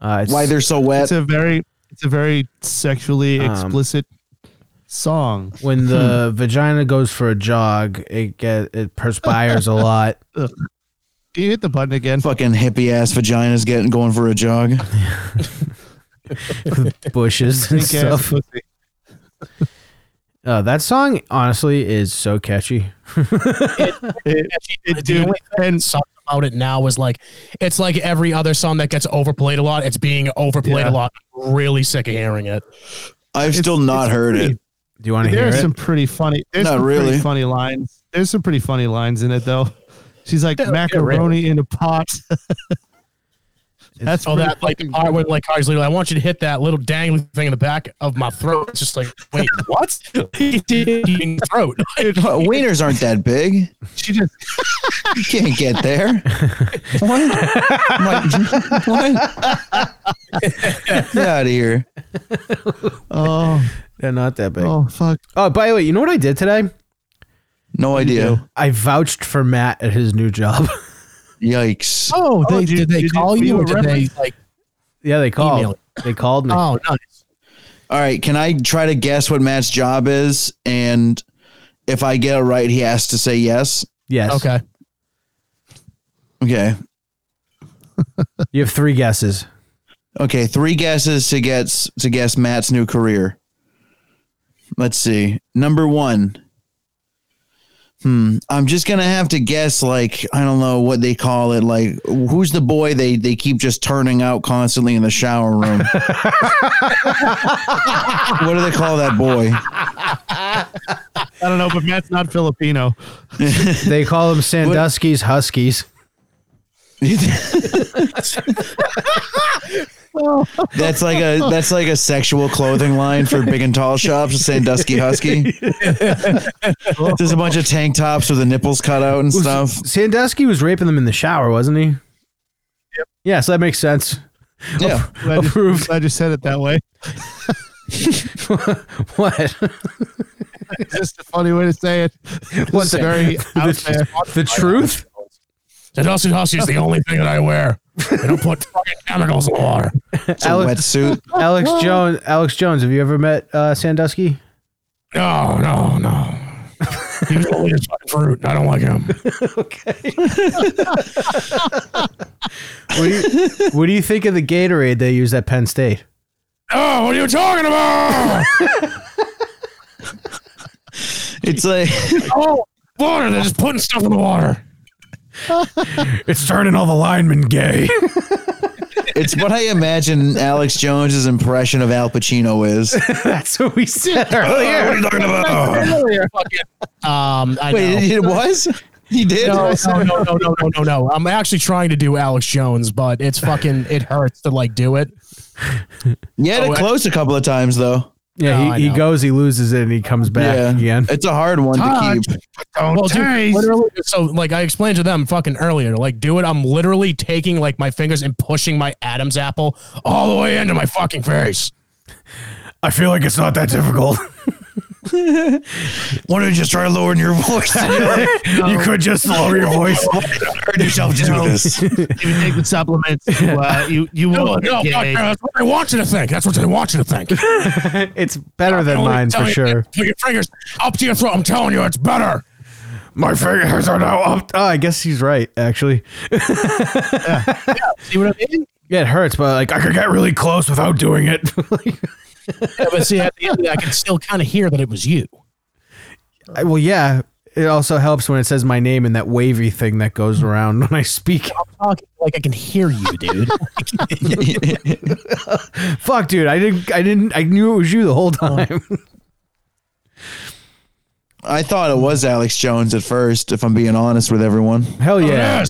S2: Uh, it's,
S13: why they're so wet.
S4: It's a very it's a very sexually explicit song.
S2: when the vagina goes for a jog, it get it perspires a lot.
S4: Do you hit the button again?
S13: Fucking hippie ass vaginas getting going for a jog.
S2: bushes and
S4: Pink ass
S2: stuff.
S4: pussy.
S2: Uh, that song honestly is so catchy.
S4: It- it-
S3: The
S4: dude,
S3: only thing that
S4: and
S3: sucks about it now is like it's like every other song that gets overplayed a lot. It's being overplayed
S4: Yeah.
S3: a lot. I'm really sick of hearing it.
S13: I've
S4: It's-
S13: still not
S4: it's
S13: heard
S4: pretty-
S13: it.
S2: Do you want to
S4: there
S2: hear
S4: are
S2: it?
S4: some pretty funny. There's
S13: Not
S4: some
S13: really.
S4: pretty funny lines. There's some pretty funny lines in it though. She's like
S3: Yeah, yeah,
S4: macaroni in a pot.
S2: It's-
S4: That's
S3: Oh,
S4: pretty
S3: that like the
S4: fucking
S3: part where like Carly's literally, I want you to hit that little dangling thing in the back of my throat. It's just like, wait, what? In your throat.
S13: Dude, Uh, wieners aren't that big.
S4: She just
S13: You can't get there. what? Like, what? Get out of here.
S4: oh
S2: They're not that big.
S4: oh
S2: Oh.
S4: fuck.
S2: by the way, you know what I did today?
S13: No idea.
S2: I vouched for Matt at his new job.
S13: Yikes.
S3: Oh,
S4: they- did they call you or did they,
S3: like?
S2: yeah, they called.
S3: Email.
S2: They called me.
S3: Oh, no.
S13: All right, can I try to guess what Matt's job is? And if I get it right, he has to say yes.
S2: Yes.
S3: Okay.
S13: Okay.
S2: You have three guesses.
S13: Okay, three guesses to get to guess Matt's new career. Let's see. Number one. Hmm. I'm just gonna have to guess. Like I don't know what they call it. Like who's the boy they they keep just turning out constantly in the shower room? what do they call that boy?
S4: I don't know, but Matt's not Filipino.
S2: They call them Sandusky's Huskies.
S13: that's like a that's like a sexual clothing line for big and tall shops. Sandusky Husky. There's a bunch of tank tops with the nipples cut out and stuff.
S2: Sandusky was raping them in the shower, wasn't he? Yep. Yeah, so that makes sense.
S13: Yeah.
S4: Glad you,
S2: Approved.
S4: glad you said it that way.
S2: what?
S4: It's just a funny way to say it. What's
S2: the-
S4: very out there.
S2: the, the truth?
S3: The Dusty Hussy is the only thing that I wear. They don't put fucking chemicals in water.
S2: Alex Jones. Alex Jones. Have you ever met uh, Sandusky?
S3: No, no, no. He was only his fucking fruit. I don't like him.
S2: What do you, what do you think of the Gatorade they use at Penn State?
S3: Oh, what are you talking about?
S13: it's like
S3: oh, water. They're just putting stuff in the water.
S13: It's turning all the linemen gay. it's what I imagine Alex Jones's impression of Al Pacino is.
S2: That's what we said
S13: earlier. Oh, what are you talking about?
S3: Um, I
S13: Wait,
S3: know.
S13: it was? He did?
S3: No, no, no, no, no, no, no, no. I'm actually trying to do Alex Jones, but it's fucking. It hurts to like do it.
S13: You had it close a couple of times though.
S2: Yeah, he, he goes, he loses it, and he comes back
S13: Yeah.
S2: again.
S13: It's a hard one to keep.
S3: Well, dude, literally, so like I explained to them fucking earlier, like, dude, I'm literally taking like my fingers and pushing my Adam's apple all the way into my fucking face.
S2: I feel like it's not that difficult.
S13: Why don't you just try lowering your voice?
S4: You could just lower your voice.
S13: Hurt yourself just with this.
S4: If you take the supplements, you, uh, you you
S3: No,
S4: won't.
S3: no,
S4: get
S3: fuck,
S4: gay.
S3: that's what they want you to think. That's what they want you to think.
S2: it's better than
S3: Don't let me
S2: mine
S3: tell
S2: for
S3: you,
S2: sure.
S3: Put your fingers up to your throat. I'm telling you, it's better.
S2: My fingers are now up. Oh, I guess he's right, actually.
S3: See what I mean?
S2: Yeah, it hurts, but like I could get really close without doing it.
S3: Yeah, but see, at the end of it, I can still kind of hear that it was you.
S2: I- well, yeah. It also helps when it says my name and that wavy thing that goes around when I speak.
S3: Talking Like I can hear you, dude.
S2: Fuck, dude! I didn't. I didn't. I knew it was you the whole time.
S3: Oh,
S13: I thought it was Alex Jones at first, if I'm being honest with everyone.
S2: Hell yeah!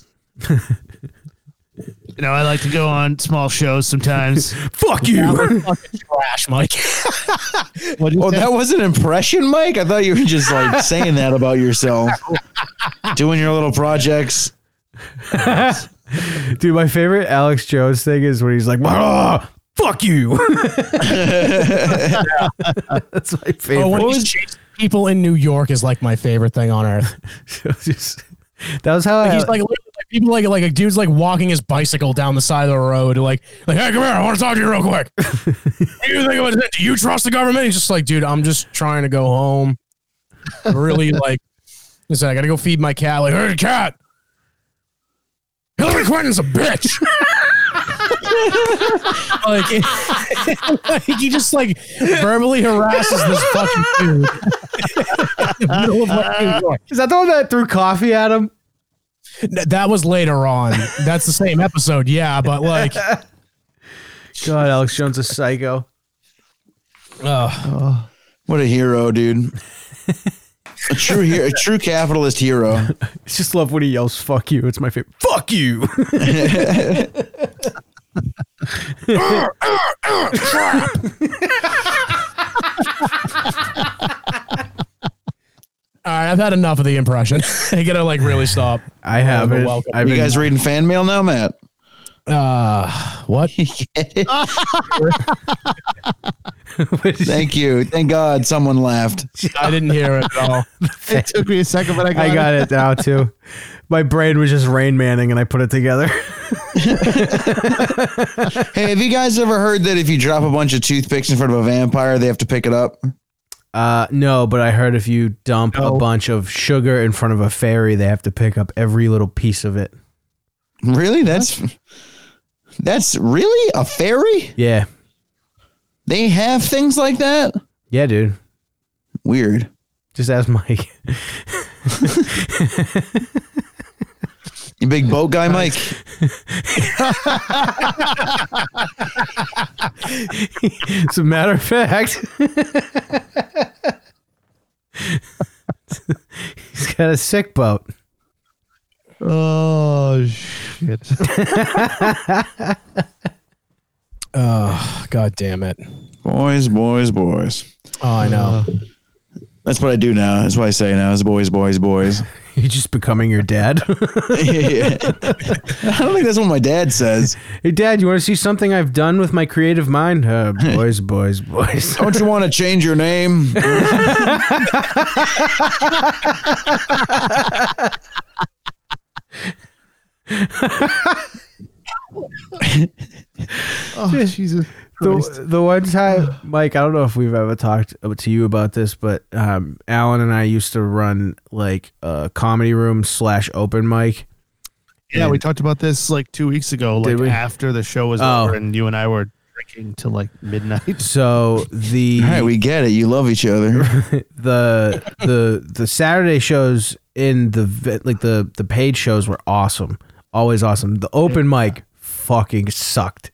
S4: You know, I like to go on small shows sometimes.
S2: Fuck
S3: That was fucking trash, Mike.
S13: Oh, that was an impression, Mike. I thought you were just like saying that about yourself, doing your little projects.
S2: Dude, my favorite Alex Jones thing is when he's like, "Ah, "Fuck you." That's my favorite.
S3: Oh, when he's chasing people in New York is like my favorite thing on earth.
S2: Just- that was how
S3: Like,
S2: I,
S3: he's like, like people like like a dude's like walking his bicycle down the side of the road, like like hey, come here, I want to talk to you real quick. What do you think about that? Do you trust the government? He's just like, dude, I'm just trying to go home. Really like, he's like, I gotta go feed my cat. Like, hey, cat, Hillary Clinton's a bitch. like, like, he just like verbally harasses this fucking dude. In the middle of, like, New York.
S2: Is that the one that threw coffee at him?
S3: N- That was later on. That's the same episode. Yeah, but like,
S2: God, Alex Jones is psycho.
S3: oh,
S13: What a hero, dude! A true hero, a true capitalist hero.
S2: I just love when he yells "fuck you." It's my favorite. Fuck you.
S3: all right, I've had enough of the impression. I gotta like really stop.
S2: I have
S3: You're
S2: it.
S3: welcome.
S2: I've
S13: you
S2: been-
S13: guys reading fan mail now, Matt?
S3: Uh, what?
S13: Thank you. Thank God someone laughed.
S3: I didn't hear it at all.
S4: It took me a second, but I got,
S2: I got it now too. My brain was just Rain Manning, and I put it together.
S13: Hey, have you guys ever heard that if you drop a bunch of toothpicks in front of a vampire, they have to pick it up?
S2: Uh, no, but I heard if you dump a bunch of sugar in front of a fairy, they have to pick up every little piece of it.
S13: Really? That's that's really a fairy?
S2: Yeah,
S13: They have things like that?
S2: yeah, dude.
S13: Weird.
S2: Just ask Mike.
S13: You big boat guy, Mike.
S2: As a matter of fact, he's got a sick boat.
S4: Oh shit!
S3: Oh, god damn it.
S13: Boys, boys, boys.
S3: Oh, I know.
S13: That's what I do now. That's what I say now is boys, boys, boys.
S2: You're just becoming your dad.
S13: I don't think that's what my dad says.
S2: hey, Dad, you want to see something I've done with my creative mind? Uh, boys, boys, boys.
S13: Don't you want to change your name?
S4: oh Jesus. Christ.
S2: the, the one time, Mike, I don't know if we've ever talked to you about this, but um, Alan and I used to run like a comedy room slash open mic.
S4: Yeah, we talked about this like two weeks ago, like
S2: Did we?
S4: after the show was
S2: Oh.
S4: over, and you and I were drinking till like midnight.
S2: So the
S13: All right, we get it. You love each other.
S2: the the the Saturday shows in the ve- like the the paid shows were awesome, always awesome. The open mic fucking sucked.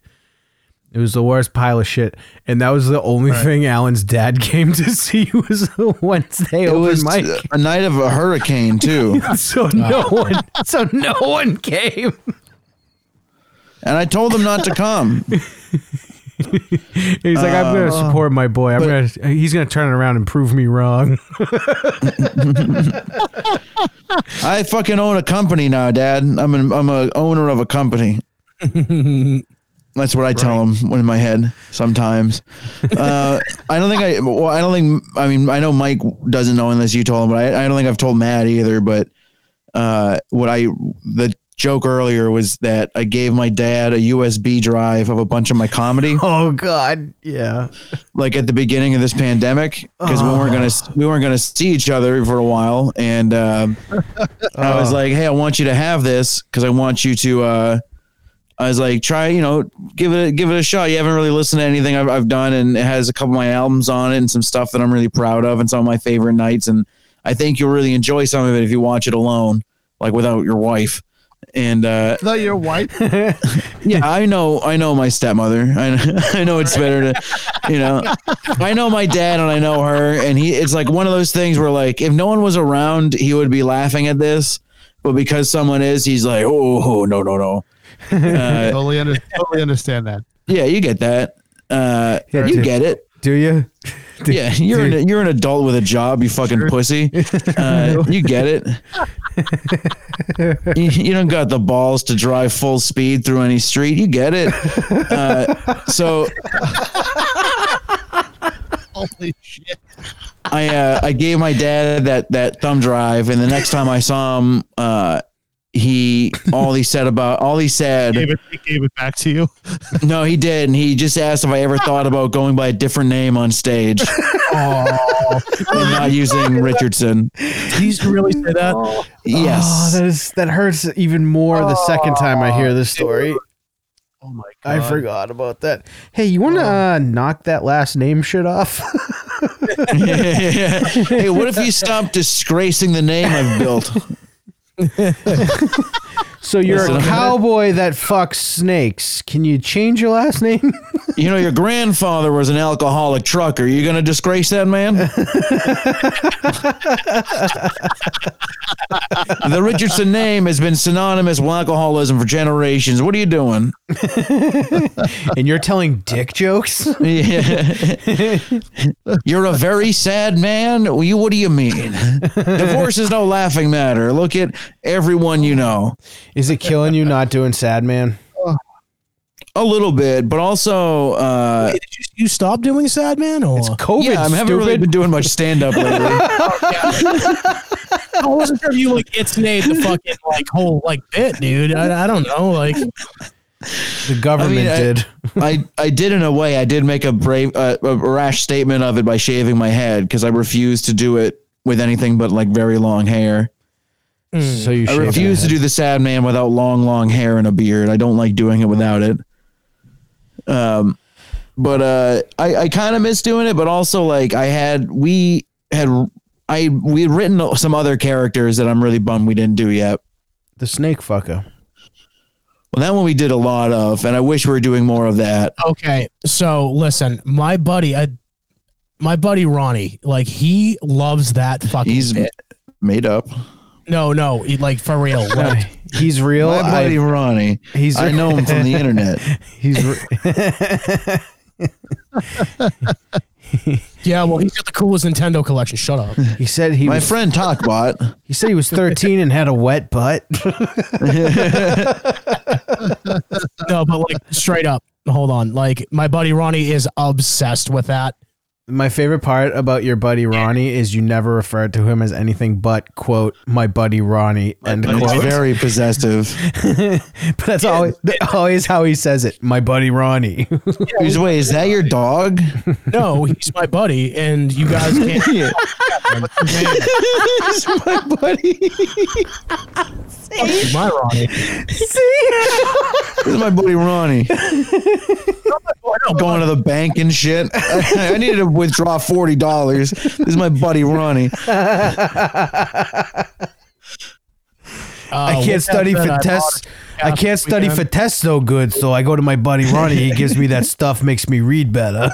S2: It was the worst pile of shit, and that was the only
S13: Right.
S2: thing Alan's dad came to see was the Wednesday
S13: it
S2: open
S13: was
S2: mic.
S13: a night of a hurricane too.
S2: so no one, so no one came.
S13: And I told them not to come.
S2: He's like, I'm gonna
S13: Uh,
S2: support my boy. I'm gonna. He's gonna turn it around and prove me wrong.
S13: I fucking own a company now, Dad. I'm an, I'm a owner of a company. That's what I tell him in my head sometimes. Uh, I don't think I. Well, I don't think. I mean, I know Mike doesn't know unless you told him, but I, I don't think I've told Matt either. But uh, what I the joke earlier was that I gave my dad a USB drive of a bunch of my comedy.
S2: Oh God, yeah.
S13: Like at the beginning of this pandemic, because we weren't gonna we weren't gonna see each other for a while, and um I was like, hey, I want you to have this because I want you to. Uh, I was like, try, you know, give it, a, give it a shot. You haven't really listened to anything I've, I've done, and it has a couple of my albums on it, and some stuff that I'm really proud of, and some of my favorite nights. And I think you'll really enjoy some of it if you watch it alone, like without your wife. And uh,
S4: Without your wife,
S13: yeah, I know, I know my stepmother. I, I know it's better to, you know, I know my dad and I know her, and he. It's like one of those things where, like, if no one was around, he would be laughing at this, but because someone is, he's like, oh no, no, no. Uh,
S4: totally, under, totally understand that.
S13: yeah, you get that. Uh,
S2: Yeah,
S13: you
S2: dude.
S13: get it.
S2: Do you? Do-
S13: yeah, you're
S2: dude.
S13: an, you're an adult with a job. You fucking pussy. Uh, you get it. you, you don't got the balls to drive full speed through any street. You get it. Uh, so
S4: Holy shit!
S13: I uh, I gave my dad that that thumb drive, and the next time I saw him, uh, he all he said about all he said.
S4: Gave it, he gave it back to you.
S13: No, he did, and he just asked if I ever thought about going by a different name on stage. and not using Richardson.
S2: He used to really say that.
S13: Yes.
S2: Oh, that is that hurts even more the second time I hear this story.
S4: Oh my
S2: I forgot about that. Hey, you want to uh, knock that last name shit off?
S13: hey, what if you stop disgracing the name I've built?
S2: so you're
S13: Listen,
S2: a
S13: I'm gonna-
S2: cowboy that fucks snakes. Can you change your last name?
S13: You know, your grandfather was an alcoholic trucker. You gonna disgrace that man? the Richardson name has been synonymous with alcoholism for generations. What are you doing?
S2: and you're telling dick jokes?
S13: Yeah. You're a very sad man. Well, You, what do you mean? Divorce is no laughing matter. Look at everyone you know.
S2: Is it killing you not doing sad man?
S13: A little bit, but also, uh,
S3: You stop doing sad man, or
S2: COVID,
S13: yeah, I haven't really
S2: stupid.
S13: been doing much stand up lately.
S3: I wasn't sure if you like it's made the fucking like whole like bit, dude. I, I don't know, like
S2: the government
S13: I-
S2: did.
S13: I, I did in a way. I did make a brave, uh, a rash statement of it by shaving my head because I refused to do it with anything but like very long hair.
S2: so you
S13: Hmm. I
S2: shaved
S13: refuse to
S2: your
S13: do the sad man without long, long hair and a beard. I don't like doing it without it. Um, but uh, I, I kind of miss doing it. But also, like I had, we had, I we had written some other characters that I'm really bummed we didn't do yet.
S2: head. the snake fucker.
S13: Well, that one we did a lot of, and I wish we were doing more of that.
S3: Okay, so listen, my buddy, I, my buddy Ronnie, like he loves that fucking.
S13: He's
S3: bit.
S13: made up.
S3: no, no, he, like for real. Like,
S2: He's real.
S13: My buddy Ronnie.
S2: he's
S13: I know him from the internet.
S2: he's re-
S3: yeah, well, he's got the coolest Nintendo collection. Shut up.
S2: he said he
S13: My
S2: was,
S13: friend Talkbot.
S2: he said he was 13 and had a wet butt.
S3: No, but like straight up, hold on. Like my buddy Ronnie is obsessed with that.
S2: My favorite part about your buddy Ronnie is you never referred to him as anything but quote my buddy Ronnie end
S13: buddy
S2: quote.
S13: Ronnie. Very possessive.
S2: but that's always always how he says it. My buddy Ronnie.
S13: Oh, Wait, is that your dog?
S3: No, he's my buddy, and you guys can't.
S13: He's my buddy.
S3: He's my Ronnie.
S13: This is my buddy Ronnie. Going to the bank and shit. I needed to withdraw forty dollars. This is my buddy Ronnie.
S2: I
S13: Uh,
S2: can't
S13: what
S2: study
S13: that
S2: for
S13: said, I
S2: tests.
S13: bought a
S2: I
S13: cap
S2: can't
S13: this
S2: study for
S13: weekend.
S2: tests so good, so I go to my buddy Ronnie. He gives me that stuff, makes me read better.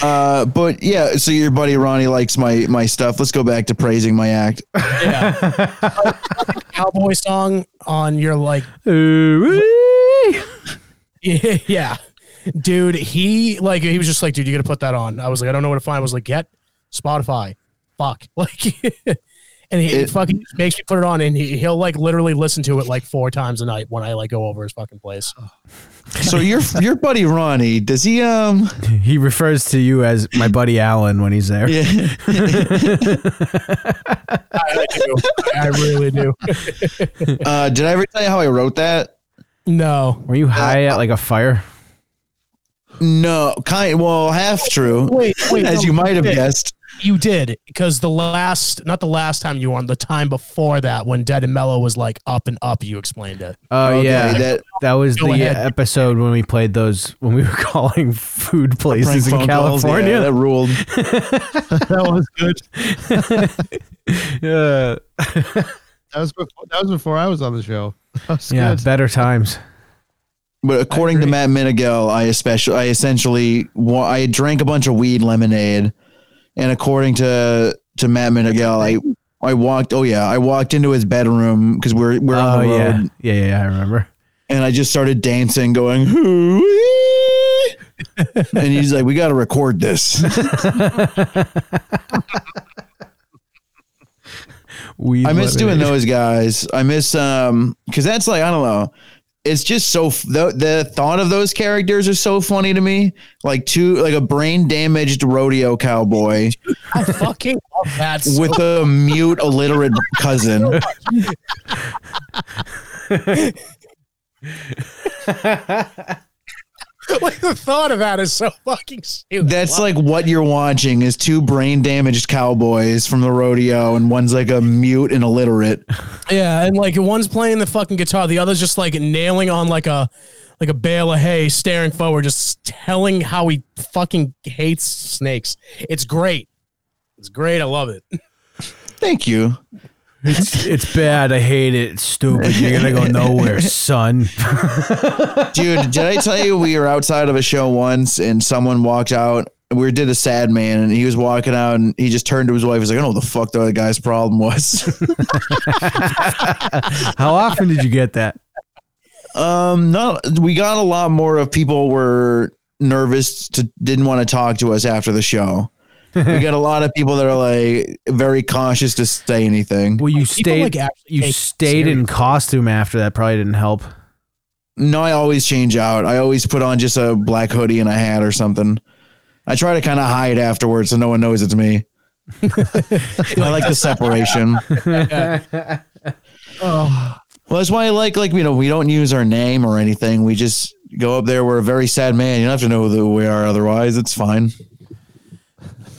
S13: Uh, but yeah, so your buddy Ronnie likes my my stuff. Let's go back to praising my act.
S3: cowboy song on your like yeah, yeah dude he like he was just like dude you gotta put that on i was like i don't know where to find i was like get spotify fuck like and he
S13: It-
S3: fucking just makes me put it on and he, he'll like literally listen to it like four times a night when i like go over his fucking place
S13: So your your buddy Ronnie, does he um
S2: He refers to you as my buddy Alan when he's there.
S3: i, do. I really do
S13: uh did I ever tell you how I wrote that?
S3: no
S2: Were you high at like a fire?
S13: No, kind well, half true.
S3: wait wait
S13: as
S3: no,
S13: you might have
S3: did.
S13: guessed.
S3: you did because the last not the last time you were on the time before that when dead and mellow was like up and up you explained it
S2: Oh
S13: Okay,
S2: yeah,
S13: that-
S2: that that was
S3: Go
S2: the
S3: ahead.
S2: episode when we played those when we were calling food places in
S13: Prank phone calls, yeah,
S2: California.
S13: that ruled.
S4: That was good.
S2: Yeah,
S4: That was before, that was before I was on the show. That was
S2: yeah,
S4: good.
S2: better times.
S13: But according to Matt Minigal, I especially I essentially wa- I drank a bunch of weed lemonade, and according to to Matt Minigal, I I walked oh yeah I walked into his bedroom because we're we're on
S2: Oh
S13: the road
S2: yeah, yeah, yeah, yeah, I remember.
S13: and I just started dancing, going "Hoo-wee." and he's like, we got to record this.
S2: We
S13: I miss doing those guys. I miss um because that's like I don't know. It's just so f- the, the thought of those characters are so funny to me. Like two like a brain damaged rodeo cowboy
S3: i fucking love that so
S13: with a mute illiterate cousin.
S3: like the thought of that is so fucking stupid.
S13: That's like what you're watching is two brain damaged cowboys from the rodeo, and one's like a mute and illiterate.
S3: yeah, and like one's playing the fucking guitar, the other's just like nailing on like a like a bale of hay, staring forward, just telling how he fucking hates snakes. It's great. It's great. I love it.
S13: Thank you.
S2: It's, it's bad. I hate it. It's stupid. You're gonna go nowhere, son.
S13: Dude, did I tell you we were outside of a show once and someone walked out? We did a sad man and he was walking out and he just turned to his wife. He's like, I don't know what the fuck the other guy's problem was.
S2: How often did you get that?
S13: um, no, we got a lot more of people were nervous to didn't want to talk to us after the show. we got a lot of people that are like very cautious to say anything.
S2: Well, you stayed.
S3: like, actually
S2: you
S3: take it
S2: stayed in costume after that. Probably didn't help.
S13: No, I always change out. I always put on just a black hoodie and a hat or something. I try to kind of hide afterwards so no one knows it's me. I like the separation. Well, that's why I like like you know we don't use our name or anything. We just go up there. We're a very sad man. You don't have to know who we are otherwise. It's fine.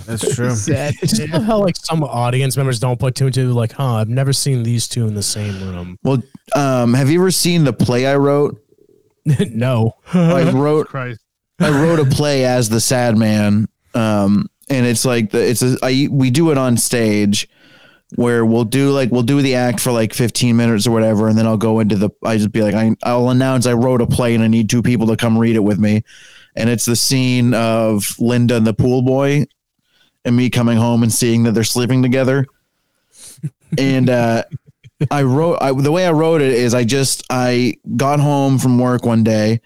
S2: That's true.
S3: I just love how like some audience members don't put two and two. Like, huh? I've never seen these two in the same room.
S13: Well, um, have you ever seen the play I wrote?
S3: no.
S13: I wrote
S4: Christ.
S13: I wrote a play as the sad man, um, and it's like the it's a I we do it on stage where we'll do like we'll do the act for like 15 minutes or whatever and then I'll go into the I just be like I, I'll announce I wrote a play and I need two people to come read it with me and it's the scene of Linda and the pool boy and me coming home and seeing that they're sleeping together and uh I wrote I, the way I wrote it is I just I got home from work one day.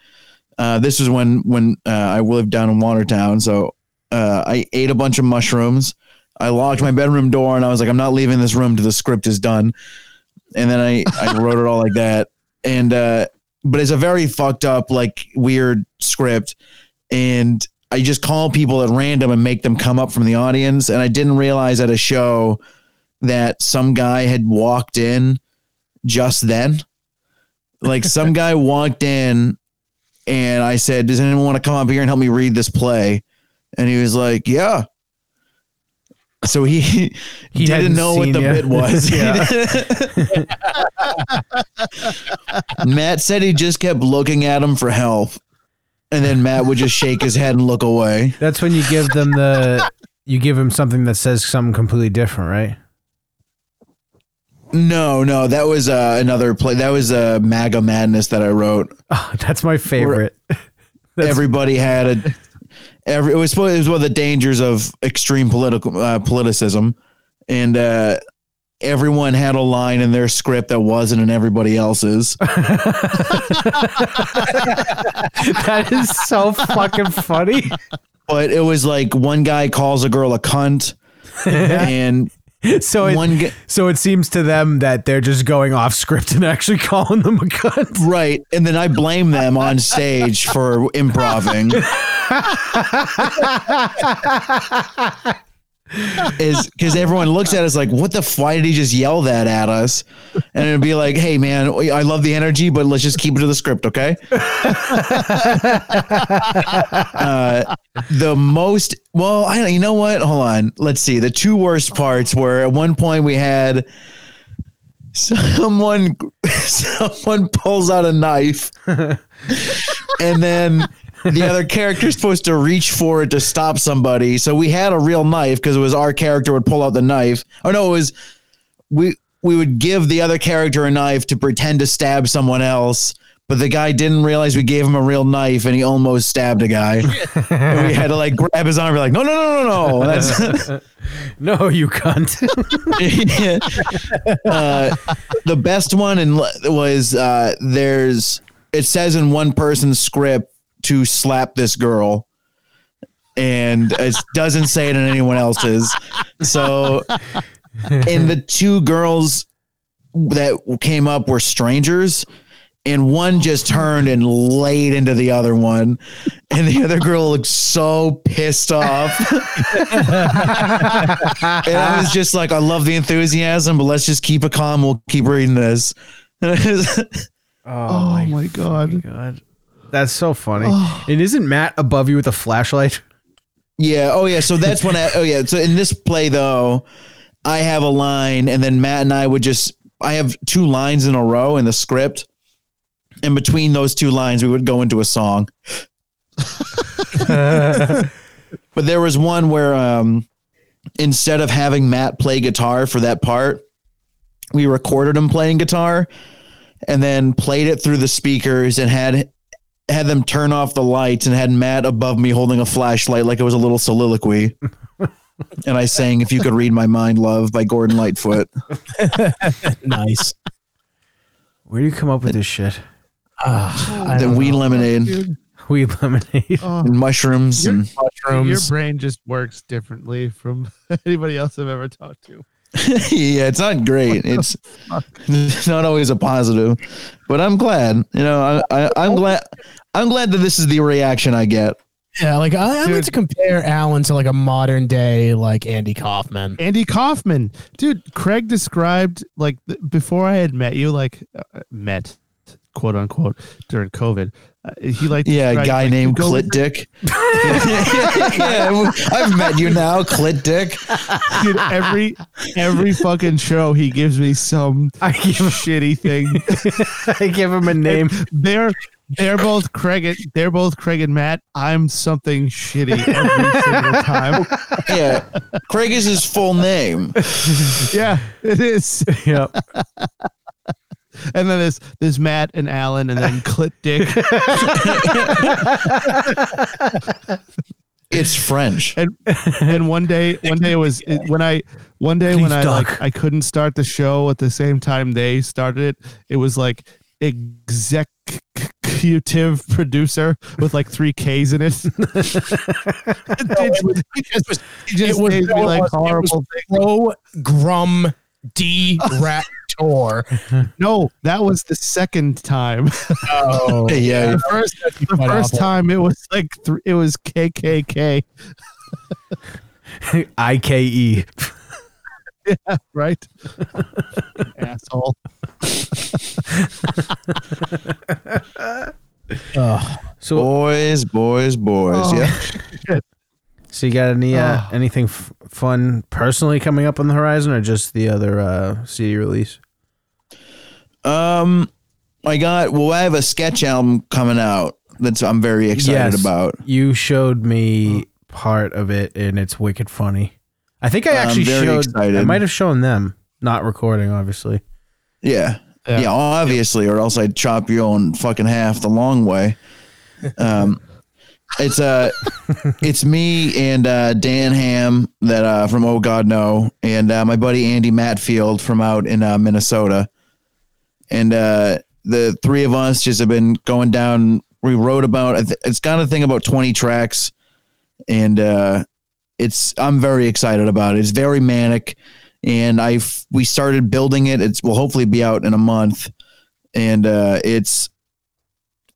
S13: Uh, this was when when uh, I lived down in Watertown, so uh, I ate a bunch of mushrooms. I locked my bedroom door, and I was like, I'm not leaving this room till the script is done. And then I I wrote it all like that, and uh, but it's a very fucked up like weird script. and I just call people at random and make them come up from the audience. And I didn't realize at a show that some guy had walked in just then. Like some guy walked in and I said, Does anyone want to come up here and help me read this play? And he was like, Yeah. So he,
S2: He
S13: didn't
S2: hadn't
S13: know what
S2: seen
S13: the
S2: ya.
S13: bit was.
S2: Yeah.
S13: Matt said he just kept looking at him for help. And then Matt would just shake his head and look away.
S2: That's when you give them the you give them something that says something completely different, right?
S13: No, no, that was uh, another play. That was uh, MAGA Madness that I wrote.
S2: that's my favorite.
S13: everybody had a. Every it was supposed it was one of the dangers of extreme political uh, politicism, and uh, everyone had a line in their script that wasn't in everybody else's.
S2: that is so fucking funny.
S13: But it was like one guy calls a girl a cunt, and
S2: So it,
S13: One
S2: so it seems to them that they're just going off script and actually calling them a cunt.
S13: Right. And then I blame them on stage for improving. is because everyone looks at us like, what the f- why did he just yell that at us? And it'd be like, hey man, I love the energy, but let's just keep it to the script, okay? uh, the most well, I don't you know what? Hold on. Let's see. The two worst parts were at one point we had someone someone pulls out a knife and then the other character's supposed to reach for it to stop somebody so we had a real knife because it was our character would pull out the knife oh no it was we we would give the other character a knife to pretend to stab someone else but the guy didn't realize we gave him a real knife and he almost stabbed a guy and we had to like grab his arm and be like no no no no no that's
S2: no you cunt
S13: uh, the best one and was uh, there's it says in one person's script to slap this girl and it doesn't say it in anyone else's so and the two girls that came up were strangers and one just turned and laid into the other one and the other girl looked so pissed off and I was just like, I love the enthusiasm, but let's just keep it calm. We'll keep reading this.
S2: Oh, my, god. god. That's so funny. and isn't Matt above you with a flashlight?
S13: yeah. Oh, yeah. So that's when I, oh, yeah. So in this play, though, I have a line, and then Matt and I would just, I have two lines in a row in the script. And between those two lines, we would go into a song. but there was one where um, instead of having Matt play guitar for that part, we recorded him playing guitar and then played it through the speakers and had had them turn off the lights and had Matt above me holding a flashlight like it was a little soliloquy. and I sang If You Could Read My Mind Love by Gordon Lightfoot.
S2: nice. Where do you come up with this shit?
S13: Uh, the wee lemonade.
S2: Weed lemonade.
S13: and mushrooms and
S4: Your brain just works differently from anybody else I've ever talked to.
S13: yeah, it's not great. It's not always a positive, but I'm glad. You know, I, I, I'm glad. I'm glad that this is the reaction I get.
S3: Yeah, like I, I like to compare Alan to like a modern day like Andy Kaufman.
S4: Andy Kaufman, dude. Craig described like th- before I had met you, like uh, met, quote unquote, during COVID. Uh, he like
S13: Yeah, a
S4: described,
S13: guy
S4: like,
S13: named
S4: you go
S13: Clit
S4: with-
S13: Dick. yeah, I've met you now, Clit Dick.
S4: Dude, every every fucking show he gives me some
S2: I give
S4: shitty thing.
S2: I give him a name.
S4: they're they're both Craig. And, they're both Craig and Matt. I'm something shitty every single time.
S13: Yeah, Craig is his full name.
S4: Yeah, it is.
S2: Yep.
S4: And then there's there's Matt and Alan, and then Clit Dick.
S13: It's French.
S4: And and one day, one day it was it- when I one day when
S2: Please,
S4: I
S2: Doc.
S4: like I couldn't start the show at the same time they started it. It was like executive producer with like three K's in it.
S3: It was,
S4: just made me, like,
S3: it was
S4: horrible
S3: pro Grum D Rat
S4: tour. no, that was the second time.
S3: Oh.
S4: yeah.
S3: Yeah.
S4: The first, the
S3: Quite
S4: first
S3: awful.
S4: time it was like th- it was KKK.
S2: IKE.
S4: yeah, right. Asshole.
S2: so
S13: boys, boys, boys. yeah.
S2: So you got any uh, anything f- fun personally coming up on the horizon, or just the other uh, CD release?
S13: Um, I got. Well, I have a sketch album coming out that's I'm very excited
S2: Yes,
S13: about.
S2: You showed
S4: Mm.
S2: me part of it, and it's wicked funny. I think I
S13: I'm
S2: actually
S13: very
S2: showed. I
S13: excited.
S2: might have shown them, not recording, obviously.
S13: Yeah.
S4: Yeah.
S13: Yeah. obviously, or else I'd chop you on fucking half the long way. Um, it's uh, it's me and uh, Dan Ham that uh, from Oh God No, and uh, my buddy Andy Matfield from out in uh, Minnesota, and uh, the three of us just have been going down. We wrote about I th- it's got a thing about twenty tracks, and uh, it's I'm very excited about it. It's very manic, and I we started building it. It's will hopefully be out in a month, and uh, it's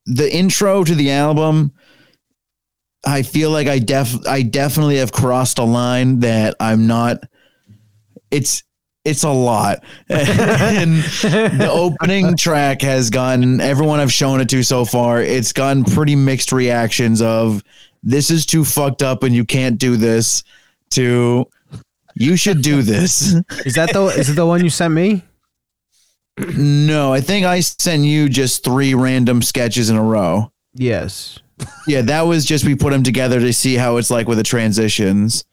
S13: the intro to the album. I feel like I def I definitely have crossed a line that I'm not. It's it's a lot, and the opening track has gotten everyone I've shown it to so far. It's gotten pretty mixed reactions of this is too fucked up and you can't do this. To you should do this.
S2: Is that the is it the one you sent me?
S13: No, I think I sent you just three random sketches in a row.
S2: Yes.
S13: Yeah, that was just we put them together to see how it's like with the transitions.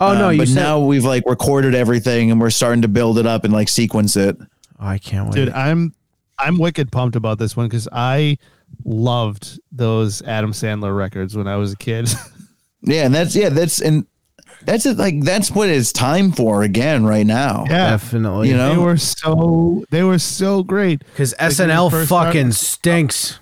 S2: Oh, no, you
S13: Um, But
S2: said-
S13: now we've like recorded everything and we're starting to build it up and like sequence it.
S2: oh, I can't wait.
S4: Dude, I'm I'm wicked pumped about this one because I loved those Adam Sandler records when I was a kid.
S13: Yeah, and that's yeah, that's and that's it. Like that's what it's time for again right now.
S2: Definitely.
S13: You know?
S4: they were so they were so great.
S2: Because
S4: Like, when we
S2: SNL
S4: first
S2: fucking
S4: started-
S2: stinks.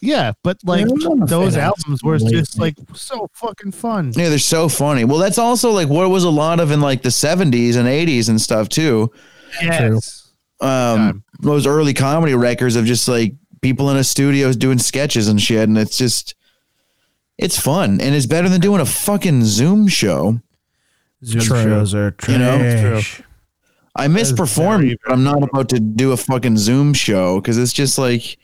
S4: yeah, but like
S13: Yeah, I'm not a
S4: those
S13: fan of
S4: albums were
S13: Sandler.
S4: just like so fucking fun.
S13: Yeah, they're so funny. Well, that's also like what was a lot of in like the seventies and eighties and stuff too.
S4: Yes.
S13: um, those early comedy records of just like people in a studio doing sketches and shit, and it's just it's fun and it's better than doing a fucking Zoom show.
S2: Zoom
S13: True.
S2: shows are trash.
S13: You know? I miss performing, but I'm not about to do a fucking Zoom show because it's just like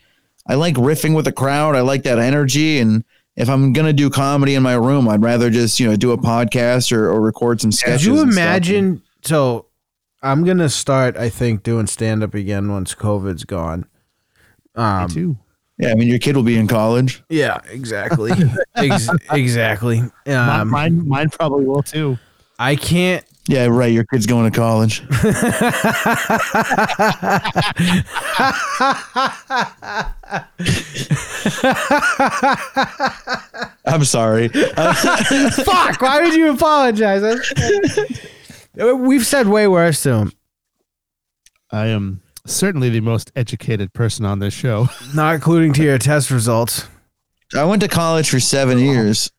S13: I like riffing with the crowd. I like that energy, and if I'm gonna do comedy in my room, I'd rather just you know do a podcast or, or record some sketches.
S2: Could you
S13: and stuff.
S2: imagine? So I'm gonna start. I think doing stand up again once COVID's gone. Um,
S4: too.
S13: Yeah, I mean your kid will be in college.
S2: Yeah, exactly. Ex- exactly.
S4: My-
S2: Um,
S4: mine mine probably will too.
S2: I can't.
S13: Yeah, right. Your kid's going to college. I'm sorry.
S2: Fuck! Why would you apologize? That's- We've said way worse to him.
S4: I am certainly the most educated person on this show.
S2: Not including to your test results.
S13: I went to college for seven years.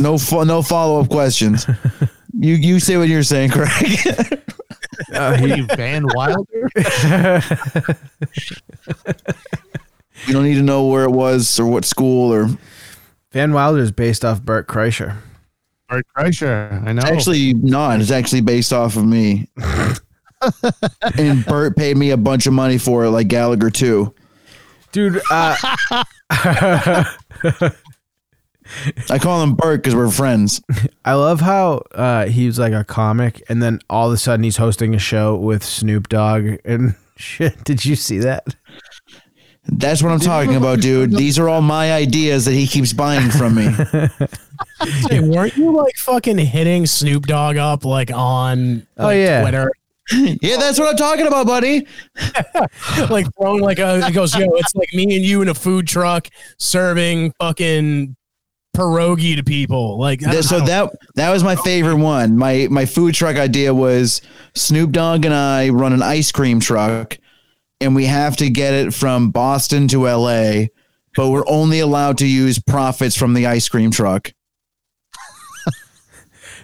S13: No, fo- no follow up questions. You you say what you're saying, Craig.
S4: What are you, Van Wilder?
S13: you don't need to know where it was or what school or
S2: Van Wilder is based off Burt Kreischer.
S4: Bert Kreischer. I know.
S13: actually not. It's actually based off of me. and Bert paid me a bunch of money for it, like Gallagher too.
S2: Dude, uh,
S13: I call him Bert because we're friends.
S2: I love how uh, he's like a comic, and then all of a sudden he's hosting a show with Snoop Dogg and shit. Did you see that?
S13: That's what I'm talking about, dude. These are all my ideas that he keeps buying from me.
S3: Hey, weren't you like fucking hitting Snoop Dogg up like on
S2: Oh,
S3: like,
S2: yeah.
S3: Twitter?
S13: yeah, that's what I'm talking about, buddy.
S3: like throwing like a it goes, yo, it's like me and you in a food truck serving fucking pierogi to people. Like I
S13: Th-
S3: don't- I
S13: so
S3: don't-
S13: that that was my favorite one. My my food truck idea was Snoop Dogg and I run an ice cream truck, and we have to get it from Boston to L.A., but we're only allowed to use profits from the ice cream truck.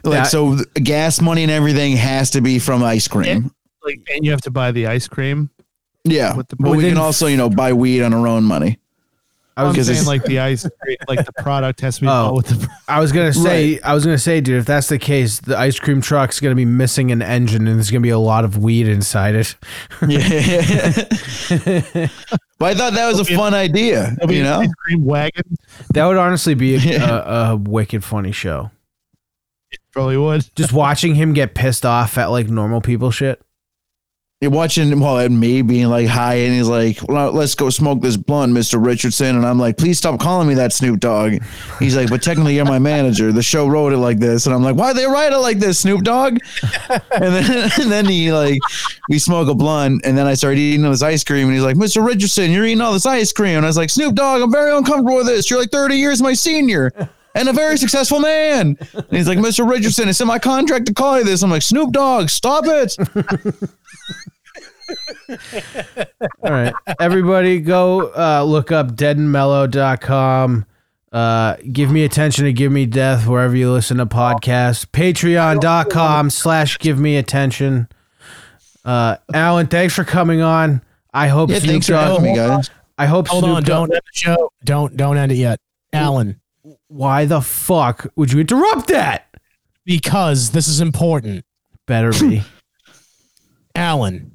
S13: Like so, th- gas money and everything has to be from ice cream.
S4: Like, and you have to buy the ice cream.
S13: Yeah,
S4: With the-
S13: but we
S4: Within-
S13: can also you know buy weed on our own money.
S4: I was
S13: Because
S4: saying
S13: it's-
S4: like the ice cream, like the product has to be
S13: Oh.
S4: bought with the.
S2: I was gonna say, I was gonna say, dude, if that's the case, the ice cream truck's gonna be missing an engine, and there's gonna be a lot of weed inside it.
S13: Yeah. but I thought that was a fun idea.
S4: It'll be
S13: You
S4: an
S13: know,
S4: ice cream wagon.
S2: That would honestly be a, a, a wicked funny show. It
S4: probably would.
S2: Just watching him get pissed off at like normal people shit.
S13: you're watching well and me being like high, and he's like, well, "Let's go smoke this blunt, Mister Richardson," and I'm like, "Please stop calling me that, Snoop Dogg." He's like, "But technically, you're my manager. The show wrote it like this," and I'm like, "Why they write it like this, Snoop Dogg?" And then and then he like we smoke a blunt, and then I started eating this ice cream, and he's like, "Mister Richardson, you're eating all this ice cream," and I was like, "Snoop Dogg, I'm very uncomfortable with this. You're like 30 years my senior." and a very successful man. And he's like, Mr. Richardson, it's in my contract to call you this. I'm like, Snoop Dogg, stop it.
S2: All right. Everybody go uh, look up deadandmellow.com. Uh, give me attention to give me death wherever you listen to podcasts. Patreon.com slash give me attention. Uh, Alan, thanks for coming on. I hope
S13: Yeah,
S2: Snoop
S13: thanks for
S2: Dogg-
S13: having me, guys.
S2: I hope
S3: Hold
S2: Snoop
S3: on,
S2: Dogg-
S3: don't end the show. Don't don't end it yet, Alan.
S2: Why the fuck would you interrupt that?
S3: Because this is important.
S2: Better be.
S3: Alan.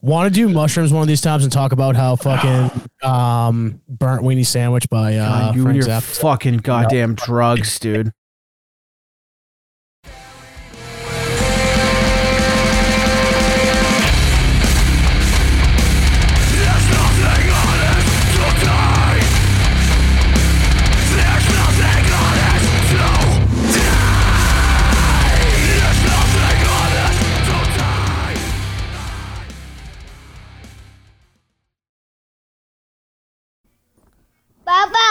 S3: Want to do mushrooms one of these times and talk about how fucking um, burnt weenie sandwich by uh,
S2: God, you and
S3: Frank
S2: your
S3: Zappa.
S2: fucking goddamn drugs, dude.
S14: Baba,